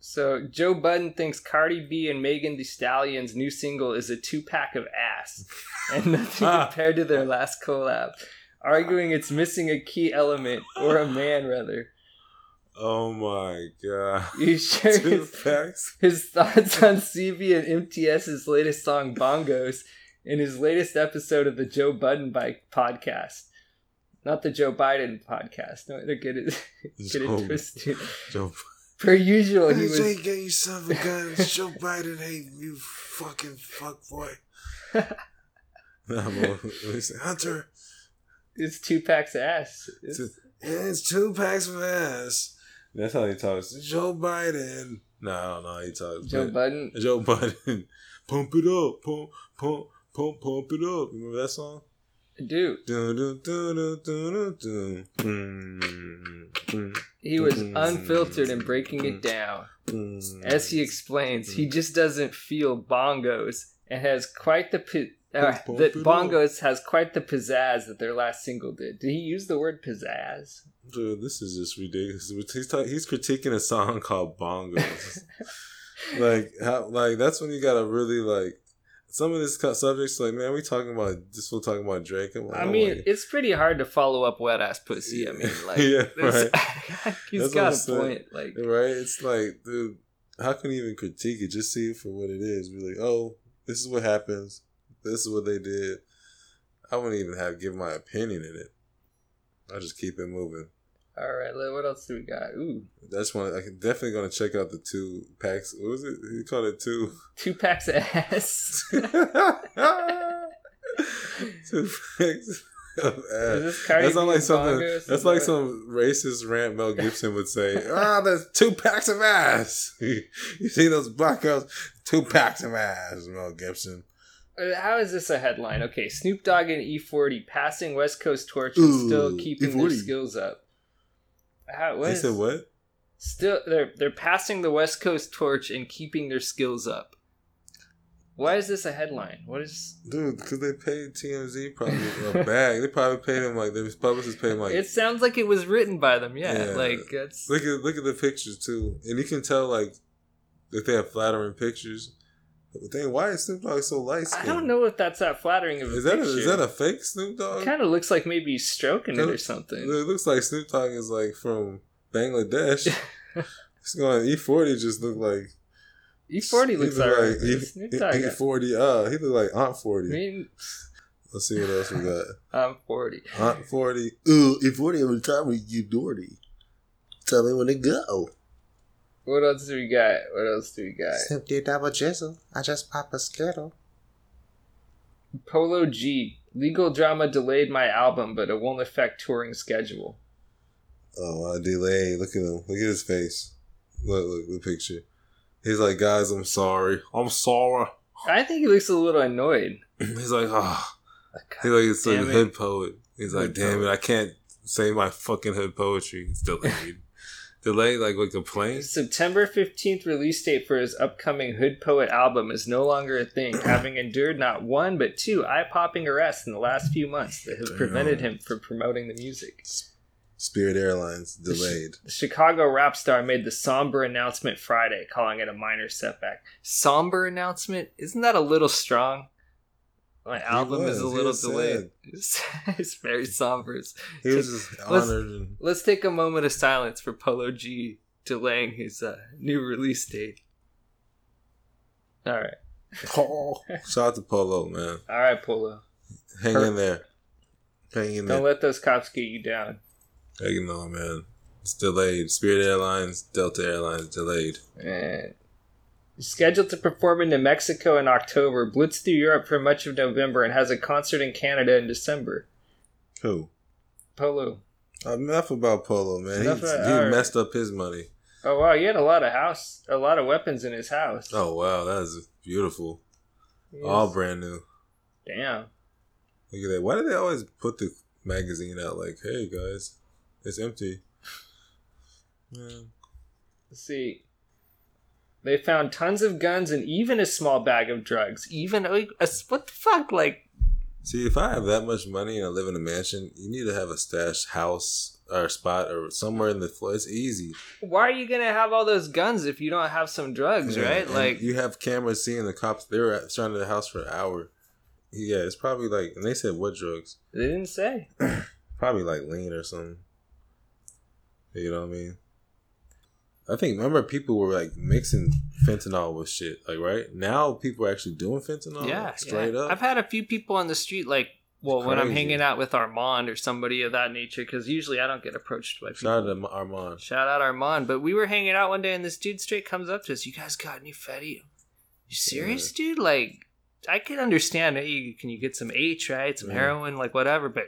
Speaker 1: So Joe Budden thinks Cardi B and Megan The Stallion's new single is a two-pack of ass, [laughs] and nothing
Speaker 2: Ah.
Speaker 1: compared to their last collab. Arguing it's missing a key element or a man rather.
Speaker 2: Oh my god!
Speaker 1: You sure?
Speaker 2: Two
Speaker 1: it's-
Speaker 2: packs.
Speaker 1: his [laughs] thoughts on CB and MTS's latest song Bongos in his latest episode of the Joe Budden Bike podcast. Not the Joe Biden podcast. No, they're [laughs] good at, get it
Speaker 2: Joe-
Speaker 1: twisted.
Speaker 2: Joe
Speaker 1: Per usual, he
Speaker 2: You ain't
Speaker 1: was
Speaker 2: get yourself a gun. Joe Biden hate you, fucking [laughs] fuckboy. nah, bro. Listen, Hunter,
Speaker 1: it's two packs of ass. It's-
Speaker 2: Two- it's two packs of ass. That's how he talks. Joe Biden. No, I don't know how he talks.
Speaker 1: Joe
Speaker 2: but-
Speaker 1: Budden.
Speaker 2: Joe Biden. [laughs] Pump it up. Pump, pump, pump, pump it up. Remember that song?
Speaker 1: Dude,
Speaker 2: Dun, dun, dun, dun, dun, dun, dun. Mm,
Speaker 1: he was unfiltered and breaking it down.
Speaker 2: mm,
Speaker 1: As he explains, he just doesn't feel bongos and has quite the pi- uh,
Speaker 2: Let's bump
Speaker 1: that
Speaker 2: it up.
Speaker 1: bongos has quite the pizzazz that their last single did. Did he use the word pizzazz?
Speaker 2: Dude, this is just ridiculous. [laughs] He's talk- he's critiquing a song [laughs] called Bongos. like how like that's when you gotta really like some of this co- subjects. Like man, we talking about this. We're talking about Drake. I'm like,
Speaker 1: I
Speaker 2: oh
Speaker 1: mean,
Speaker 2: my-
Speaker 1: it's pretty hard to follow up wet ass pussy. I mean,
Speaker 2: [laughs]
Speaker 1: like,
Speaker 2: Yeah,
Speaker 1: there's- [laughs] he's
Speaker 2: That's what
Speaker 1: got
Speaker 2: I'm
Speaker 1: a
Speaker 2: saying.
Speaker 1: point. Like,
Speaker 2: right? It's like, dude, how can you even critique it? Just see it for what it is. Be like, oh, this is what happens. This is what they did. I wouldn't even have give my opinion in it. I just keep it moving.
Speaker 1: all right, li- what else do we got? Ooh,
Speaker 2: That's one. I'm definitely gonna check out the two packs. What was it? He called it two.
Speaker 1: two packs of
Speaker 2: [laughs]
Speaker 1: ass. [laughs]
Speaker 2: two packs of
Speaker 1: Is
Speaker 2: ass.
Speaker 1: this Cardi
Speaker 2: That's not
Speaker 1: B
Speaker 2: like
Speaker 1: and
Speaker 2: something.
Speaker 1: bongos? Is
Speaker 2: That's
Speaker 1: that
Speaker 2: like
Speaker 1: what-
Speaker 2: some racist
Speaker 1: [laughs]
Speaker 2: rant Mel Gibson would say. Ah, there's two packs of ass. [laughs] you see those buckos? Two packs of ass, Mel Gibson.
Speaker 1: Uh, How is this a headline? Okay, Snoop Dogg and E40 passing West Coast torch and still
Speaker 2: Ooh,
Speaker 1: keeping their
Speaker 2: E40.
Speaker 1: skills up. How what
Speaker 2: They
Speaker 1: is-
Speaker 2: said what?
Speaker 1: Still, they're they're passing the West Coast torch and keeping their skills up. Why is this a headline? What is?
Speaker 2: Dude, because they paid TMZ probably
Speaker 1: [laughs]
Speaker 2: a bag. They probably paid him like their publicists paid him like
Speaker 1: it sounds like it was written by them. Yeah,
Speaker 2: Yeah.
Speaker 1: like that's
Speaker 2: Look at look at the pictures too, and you can tell like if they have flattering pictures Dang, why is Snoop Dogg so light
Speaker 1: I
Speaker 2: skinned?
Speaker 1: don't know if that's that flattering of a
Speaker 2: Is that a,
Speaker 1: picture.
Speaker 2: is that a fake Snoop Dogg?
Speaker 1: kind of looks like maybe he's stroking it
Speaker 2: Kinda-
Speaker 1: or something.
Speaker 2: It looks like Snoop Dogg is like from
Speaker 1: [laughs]
Speaker 2: Bangladesh. He's going E forty just look like
Speaker 1: E40 E looks
Speaker 2: he look
Speaker 1: alright.
Speaker 2: like E-
Speaker 1: Snoop
Speaker 2: E-
Speaker 1: Dogg.
Speaker 2: E forty. Uh, he look like Aunt
Speaker 1: I
Speaker 2: forty.
Speaker 1: mean,
Speaker 2: Let's see what else we got.
Speaker 1: I'm 40.
Speaker 2: Aunt forty.
Speaker 5: Ooh, Uh, if we're able to time with you, Doherty, tell me when to go.
Speaker 1: What else do we got? What else do we got?
Speaker 5: Simply double jizzle. I just pop a skittle.
Speaker 1: Polo G. Legal drama delayed my album, but it won't affect touring schedule.
Speaker 2: Oh, I delay. Look at him. Look at his face. Look, look the picture. He's like, guys, I'm sorry. I'm sorry. [clears throat]
Speaker 1: I think he looks a little annoyed.
Speaker 2: He's like, ah.
Speaker 1: Like,
Speaker 2: He's like, it's like
Speaker 1: Damn it.
Speaker 2: hood poet. He's like,
Speaker 1: Hood
Speaker 2: damn
Speaker 1: poet.
Speaker 2: it, I can't say my fucking hood poetry.
Speaker 1: [laughs]
Speaker 2: It's delayed. delayed like with complaints.
Speaker 1: September 15th release date for his upcoming Hood Poet album is no longer a
Speaker 2: [clears throat]
Speaker 1: thing, having endured not one but two eye popping arrests in the last few months that have
Speaker 2: Damn.
Speaker 1: prevented him from promoting the music.
Speaker 2: Spirit Airlines
Speaker 1: [laughs]
Speaker 2: delayed.
Speaker 1: The Chicago rap star made the somber announcement Friday, calling it a minor setback. Somber announcement? Isn't that a little strong? My album
Speaker 2: was.
Speaker 1: is a
Speaker 2: He
Speaker 1: little
Speaker 2: was
Speaker 1: delayed. It's, [laughs] it's very somber. It's-
Speaker 2: He was just
Speaker 1: Let's- [laughs]
Speaker 2: honored and
Speaker 1: Let's take a moment of silence for Polo G delaying his uh, new release date. All right.
Speaker 2: shout out to Polo, man.
Speaker 1: All right, Polo.
Speaker 2: Hang
Speaker 1: Her-
Speaker 2: in there. Hang in there.
Speaker 1: Don't let those cops get you down.
Speaker 2: Hang on, man. It's delayed. Spirit Airlines, Delta Airlines delayed.
Speaker 1: Eh. Scheduled to perform in New Mexico in October, blitz through Europe for much of November, and has a concert in Canada in December.
Speaker 2: Who?
Speaker 1: Polo.
Speaker 2: Enough about Polo, man.
Speaker 1: Enough
Speaker 2: he
Speaker 1: about-
Speaker 2: he
Speaker 1: all right.
Speaker 2: messed up his money.
Speaker 1: Oh wow, he had a lot of house, a lot of weapons in his house.
Speaker 2: Oh wow, that is beautiful.
Speaker 1: He was-
Speaker 2: All brand new.
Speaker 1: Damn.
Speaker 2: Look at that. Why do they always put the magazine out like, "Hey guys, it's empty"? Man.
Speaker 1: Let's see. They found tons of guns and even a small bag of drugs. Even a, a what the fuck? Like
Speaker 2: See, if I have that much money and I live in a mansion, you need to have a stash house or spot or somewhere in the floor. It's easy.
Speaker 1: why are you gonna have all those guns if you don't have some drugs,
Speaker 2: Yeah,
Speaker 1: right?
Speaker 2: and
Speaker 1: Like,
Speaker 2: you have cameras seeing the cops. They were at- surrounding the house for an hour. Yeah, it's probably like, and they said what drugs?
Speaker 1: they didn't say.
Speaker 2: Probably like lean or something. You know what I mean? I think remember people were like mixing fentanyl with shit. Like right now, people are actually doing fentanyl.
Speaker 1: yeah,
Speaker 2: like, straight
Speaker 1: yeah.
Speaker 2: up.
Speaker 1: I've had a few people on the street, like, well, when I'm
Speaker 2: crazy.
Speaker 1: hanging out with Armand or somebody of that nature, because usually I don't get approached by people.
Speaker 2: Shout out to Armand.
Speaker 1: Shout out Armand. But we were hanging out one day, and this dude straight comes up to us. You guys got any fatty? You serious, dude? Like, I can understand. Hey, you, can you get some H, right? Some
Speaker 2: Mhm.
Speaker 1: heroin, like whatever. But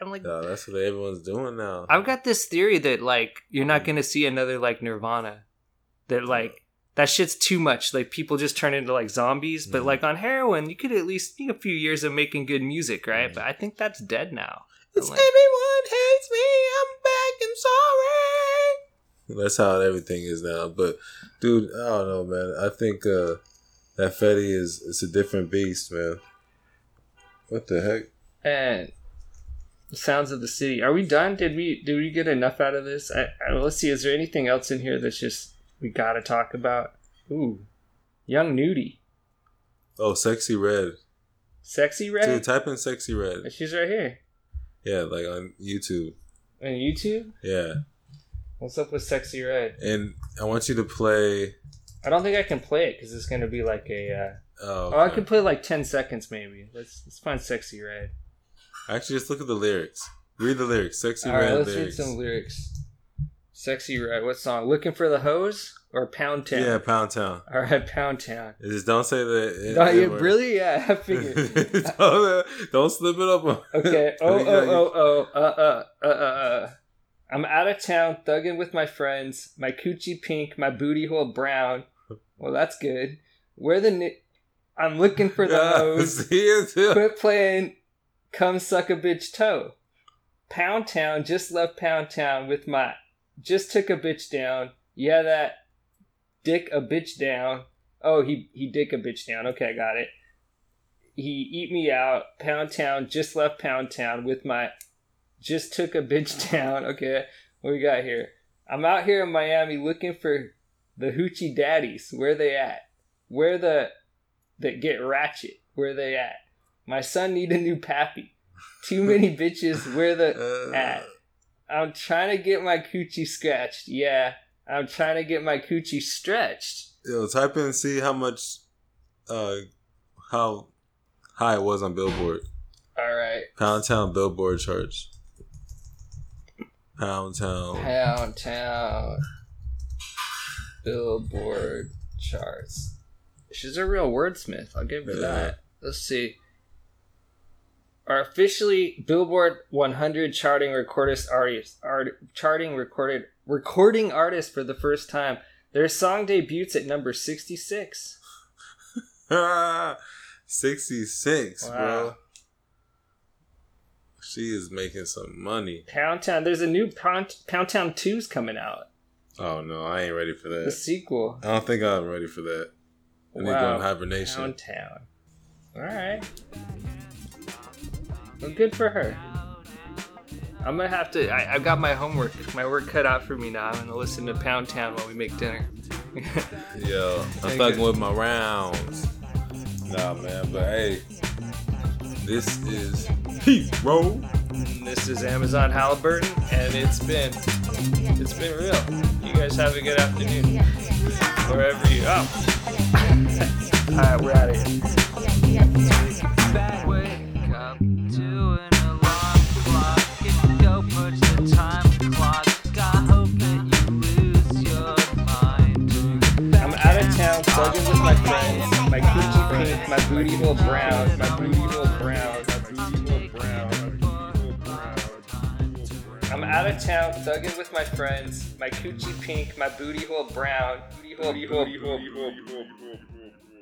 Speaker 1: I'm like,
Speaker 2: Yeah, that's what everyone's doing now.
Speaker 1: I've got this theory that like you're not gonna see another like Nirvana. That like that shit's too much. Like people just turn into like zombies. But
Speaker 2: Mhm.
Speaker 1: like on heroin, you could at least need a few years of making good music, right? But I think that's dead now. I'm like,
Speaker 2: everyone hates me. I'm back. I'm sorry. That's how everything is now. But dude, I don't know, man. I think uh that Fetty is it's a different beast, man. What the heck?
Speaker 1: and sounds of the city. Are we done? Did we did we get enough out of this? I, I let's see. Is there anything else in here that's just we gotta talk about? Ooh, young nudie,
Speaker 2: Oh, sexy red.
Speaker 1: sexy red.
Speaker 2: Dude, type in sexy red.
Speaker 1: She's right here
Speaker 2: Yeah, like on YouTube.
Speaker 1: on YouTube.
Speaker 2: Yeah.
Speaker 1: What's up with sexy red?
Speaker 2: And I want you to play
Speaker 1: I don't think I can play it because it's gonna be like a. Uh,
Speaker 2: oh,
Speaker 1: Oh, I
Speaker 2: okay.
Speaker 1: could play like ten seconds maybe. Let's let's find sexy red.
Speaker 2: actually just look at the lyrics. Read the lyrics. Sexy
Speaker 1: All right,
Speaker 2: red
Speaker 1: let's
Speaker 2: lyrics.
Speaker 1: read some lyrics. Sexy red. What song? Looking for the hose or Pound Town?
Speaker 2: yeah, Pound Town.
Speaker 1: [laughs] All right, Pound Town.
Speaker 2: It Just don't say that.
Speaker 1: Oh, yeah,
Speaker 2: [laughs]
Speaker 1: really? Yeah, I figured.
Speaker 2: don't, don't slip it up. [laughs]
Speaker 1: Okay. Oh oh oh oh. Uh uh uh uh. uh. I'm out of town, thugging with my friends. My coochie pink, my booty hole brown. Well, that's good. Where the ni- I'm looking
Speaker 2: [laughs]
Speaker 1: for the hose. Quit playing Come Suck a Bitch Toe. Pound Town just left Pound Town with my just took a bitch down. Yeah that dick a bitch down. Oh he he dick a bitch down. Okay, I got it. He eat me out. Pound Town just left Pound Town with my just took a bitch [laughs] down. Okay, what we got here? I'm out here in Miami looking for the hoochie daddies. Where they at? Where the that get ratchet. Where they at? My son need a new pappy. Too many bitches. Where the
Speaker 2: Uh,
Speaker 1: at? I'm trying to get my coochie scratched. Yeah, I'm trying to get my coochie stretched.
Speaker 2: Yo, type in and see how much, uh, how high it was on Billboard.
Speaker 1: All right,
Speaker 2: Pound Town Billboard charts. Pound Town.
Speaker 1: Pound Town Billboard charts. She's a real wordsmith. I'll give her
Speaker 2: Yeah.
Speaker 1: that. Let's see. Our officially Billboard 100 charting recordist artist, art, charting recorded recording artist for the first time. Their song debuts at number 66.
Speaker 2: [laughs] 66, bro.
Speaker 1: Wow.
Speaker 2: She is making some money.
Speaker 1: Pound Town. There's a new Pound, Pound Town 2's coming out.
Speaker 2: Oh no, I ain't ready for
Speaker 1: The
Speaker 2: that.
Speaker 1: sequel.
Speaker 2: I don't think I'm ready for that. I need to go
Speaker 1: Wow.
Speaker 2: in hibernation.
Speaker 1: Pound Town. All right. Well, good for her. I'm gonna have to. I, I've got my homework, my work cut out for me now. I'm gonna listen to Pound Town while we make dinner. [laughs]
Speaker 2: Yo, I'm
Speaker 1: Take
Speaker 2: fucking
Speaker 1: it.
Speaker 2: with my rounds. Nah, man, but hey, this is Pete Roll.
Speaker 1: this is Amazon Halliburton, and it's been, it's been real. You guys have a good afternoon, wherever you. Oh. All right, we're out of here.
Speaker 6: Wake up to an alarm clock. If you go push the time clock, I hope that you lose your mind.
Speaker 1: I'm out of town, plugging with my friends. My coochie pink, my booty hole brown, my booty hole brown, my booty hole brown, my booty hole brown. I'm out of town, thugging with my friends. My coochie pink, my booty hole brown, booty hole, booty hole, booty hole, booty hole.